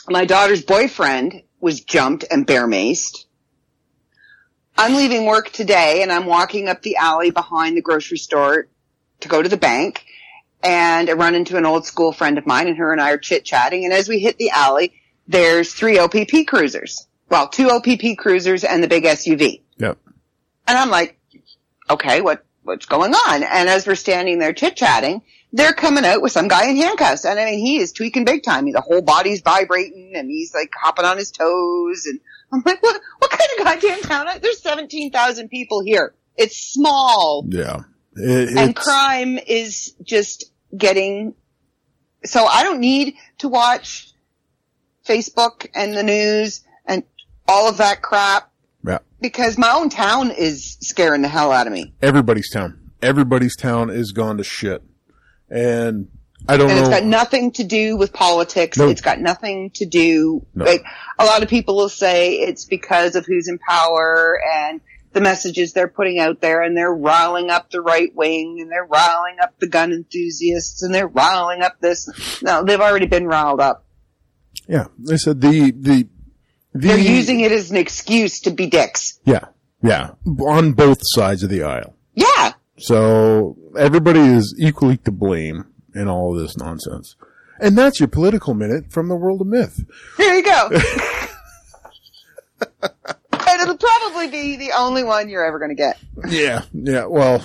[SPEAKER 4] my daughter's boyfriend was jumped and bear maced. I'm leaving work today and I'm walking up the alley behind the grocery store to go to the bank and I run into an old school friend of mine and her and I are chit chatting. And as we hit the alley, there's three OPP cruisers. Well, two OPP cruisers and the big SUV.
[SPEAKER 3] Yep.
[SPEAKER 4] And I'm like, okay, what, what's going on? And as we're standing there chit chatting, they're coming out with some guy in handcuffs. And I mean, he is tweaking big time. The whole body's vibrating and he's like hopping on his toes. And I'm like, what, what kind of goddamn town? There's 17,000 people here. It's small
[SPEAKER 3] Yeah. It,
[SPEAKER 4] and
[SPEAKER 3] it's-
[SPEAKER 4] crime is just getting so i don't need to watch facebook and the news and all of that crap
[SPEAKER 3] Yeah.
[SPEAKER 4] because my own town is scaring the hell out of me
[SPEAKER 3] everybody's town. Everybody's town is gone to shit. And I don't
[SPEAKER 4] and it's got
[SPEAKER 3] know.
[SPEAKER 4] nothing to do with politics
[SPEAKER 3] No.
[SPEAKER 4] it's got nothing to do
[SPEAKER 3] No.
[SPEAKER 4] like a lot of people will say it's because of who's in power and the messages they're putting out there and they're riling up the right wing and they're riling up the gun enthusiasts and they're riling up this no they've already been riled up
[SPEAKER 3] yeah. They said the, the, the,
[SPEAKER 4] they're using it as an excuse to be dicks
[SPEAKER 3] yeah. Yeah. On both sides of the aisle.
[SPEAKER 4] yeah
[SPEAKER 3] So everybody is equally to blame in all of this nonsense. And that's your political minute from the world of myth.
[SPEAKER 4] here you go and it'll probably be the only one you're ever going to get
[SPEAKER 3] Yeah. Yeah. Well,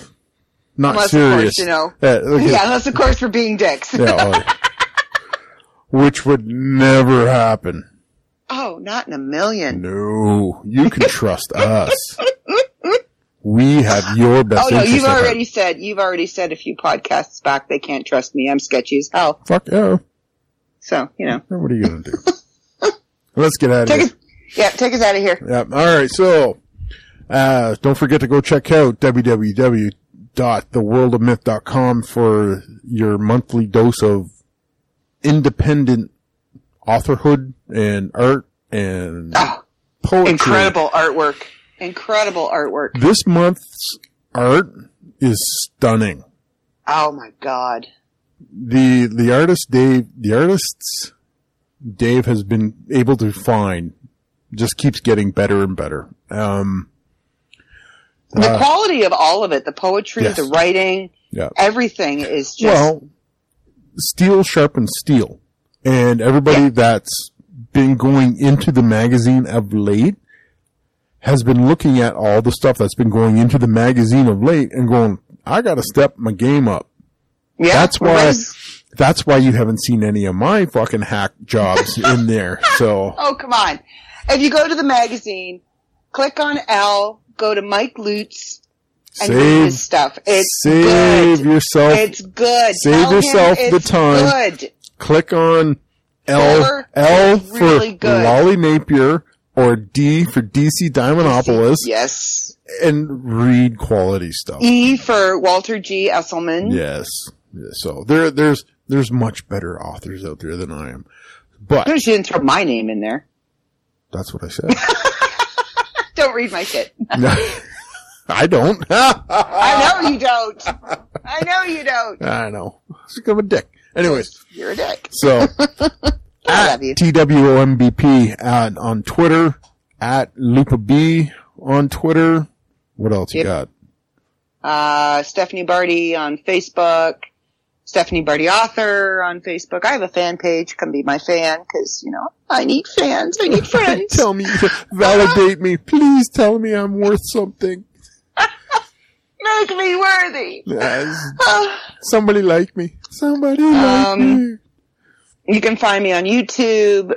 [SPEAKER 3] not
[SPEAKER 4] Unless, of course,
[SPEAKER 3] serious.
[SPEAKER 4] you know.
[SPEAKER 3] Yeah, look at-
[SPEAKER 4] yeah unless of course we're being dicks
[SPEAKER 3] yeah, oh, yeah. Which would never happen.
[SPEAKER 4] oh not in a million
[SPEAKER 3] No, you can trust us. We have your best
[SPEAKER 4] oh no,
[SPEAKER 3] interest
[SPEAKER 4] you've
[SPEAKER 3] at heart.
[SPEAKER 4] already said you've already said a few podcasts back they can't trust me. I'm sketchy as hell.
[SPEAKER 3] Fuck yeah.
[SPEAKER 4] So you know,
[SPEAKER 3] What are you going to do? Let's get out of
[SPEAKER 4] take
[SPEAKER 3] here.
[SPEAKER 4] us. Yeah, take us out of here.
[SPEAKER 3] Yep. All right. So, uh, don't forget to go check out www.theworldofmyth.com for your monthly dose of independent authorhood and art and
[SPEAKER 4] Oh,
[SPEAKER 3] poetry.
[SPEAKER 4] incredible artwork. Incredible artwork.
[SPEAKER 3] This month's art is stunning.
[SPEAKER 4] Oh my god.
[SPEAKER 3] the the artist Dave the artists Dave has been able to find just keeps getting better and better. Um,
[SPEAKER 4] The
[SPEAKER 3] Uh,
[SPEAKER 4] quality of all of it, the poetry,
[SPEAKER 3] yes.
[SPEAKER 4] the writing,
[SPEAKER 3] yeah.
[SPEAKER 4] everything is just
[SPEAKER 3] Well, steel sharpens steel, and everybody
[SPEAKER 4] Yeah.
[SPEAKER 3] that's been going into the magazine of late has been looking at all the stuff that's been going into the magazine of late and going, I got to step my game up.
[SPEAKER 4] yeah.
[SPEAKER 3] That's
[SPEAKER 4] we're
[SPEAKER 3] why.
[SPEAKER 4] ready-
[SPEAKER 3] That's why you haven't seen any of my fucking hack jobs in there. So
[SPEAKER 4] Oh come on. If you go to the magazine, click on L, go to Mike Lutz and read
[SPEAKER 3] save
[SPEAKER 4] his stuff. It's
[SPEAKER 3] save
[SPEAKER 4] good.
[SPEAKER 3] yourself.
[SPEAKER 4] It's good.
[SPEAKER 3] Save
[SPEAKER 4] Tell him
[SPEAKER 3] yourself the
[SPEAKER 4] it's
[SPEAKER 3] time.
[SPEAKER 4] Good.
[SPEAKER 3] Click on L
[SPEAKER 4] Four
[SPEAKER 3] L
[SPEAKER 4] is really
[SPEAKER 3] for
[SPEAKER 4] good.
[SPEAKER 3] Lolly Napier or D for DC Diamondopoulos
[SPEAKER 4] Yes.
[SPEAKER 3] and read quality stuff.
[SPEAKER 4] E for Walter G. Esselman.
[SPEAKER 3] Yes. Yeah, So there there's there's much better authors out there than I am. But
[SPEAKER 4] Notice you didn't throw my name in there.
[SPEAKER 3] that's what I said.
[SPEAKER 4] Don't read my shit.
[SPEAKER 3] No, I don't. I
[SPEAKER 4] I know you don't. I know you don't.
[SPEAKER 3] know. I'm a dick. Anyways, Ah.
[SPEAKER 4] You're a dick.
[SPEAKER 3] so
[SPEAKER 4] I
[SPEAKER 3] at
[SPEAKER 4] love you.
[SPEAKER 3] TWOMBP at, on Twitter, at LupaB on Twitter. What else you
[SPEAKER 4] Yep.
[SPEAKER 3] got?
[SPEAKER 4] Uh, Stephanie Barty on Facebook. Stephanie Barty author on Facebook. I have a fan page. Come be my fan because you know I need fans. I need friends.
[SPEAKER 3] Tell me, validate me. Please tell me I'm worth something.
[SPEAKER 4] Make me worthy.
[SPEAKER 3] Yes.
[SPEAKER 4] Ah.
[SPEAKER 3] Somebody like me. Somebody like
[SPEAKER 4] Um,
[SPEAKER 3] me.
[SPEAKER 4] You can find me on YouTube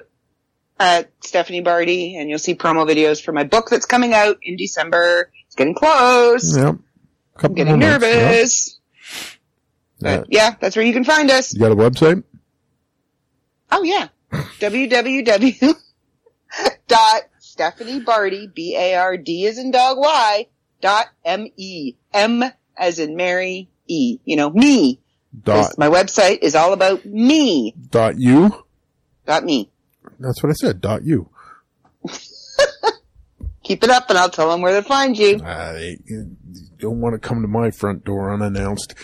[SPEAKER 4] at Stephanie Barty, and you'll see promo videos for my book that's coming out in December. It's getting close.
[SPEAKER 3] Yep. Couple
[SPEAKER 4] I'm getting
[SPEAKER 3] more months,
[SPEAKER 4] nervous.
[SPEAKER 3] yeah.
[SPEAKER 4] But yeah, that's where you can find us.
[SPEAKER 3] You got a website?
[SPEAKER 4] Oh yeah. www dot Stephanie Barty, B A R D as in dog Y dot M E. M as in Mary E. You know, me. 'Cause
[SPEAKER 3] Dot,
[SPEAKER 4] My website is all about me.
[SPEAKER 3] dot you?
[SPEAKER 4] Dot me.
[SPEAKER 3] That's what I said. Dot you.
[SPEAKER 4] Keep it up and I'll tell them where to find you.
[SPEAKER 3] Uh, they, you don't want to come to my front door unannounced.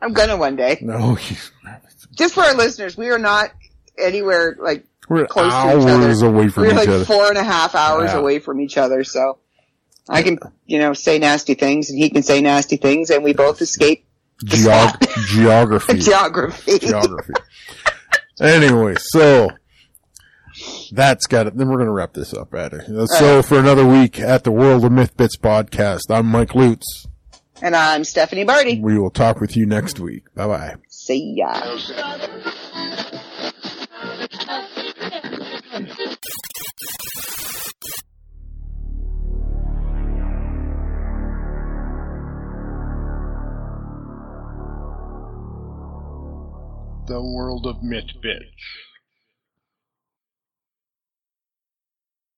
[SPEAKER 4] I'm gonna one day.
[SPEAKER 3] No,
[SPEAKER 4] Just for our listeners, we are not anywhere like
[SPEAKER 3] we're
[SPEAKER 4] Close to each other.
[SPEAKER 3] hours away from
[SPEAKER 4] we're
[SPEAKER 3] each
[SPEAKER 4] like
[SPEAKER 3] other.
[SPEAKER 4] four and a half hours
[SPEAKER 3] Yeah.
[SPEAKER 4] away from each other, so I can, you know, say nasty things and he can say nasty things and we both escape
[SPEAKER 3] Geog- geography.
[SPEAKER 4] geography.
[SPEAKER 3] geography. anyway, so that's got it. Then we're going to wrap this up at it. So for another week at the World of Myth Bits podcast, I'm Mike Lutz.
[SPEAKER 4] And I'm Stephanie Barty.
[SPEAKER 3] We will talk with you next week. Bye bye.
[SPEAKER 4] See ya.
[SPEAKER 5] The World of Myth Bits.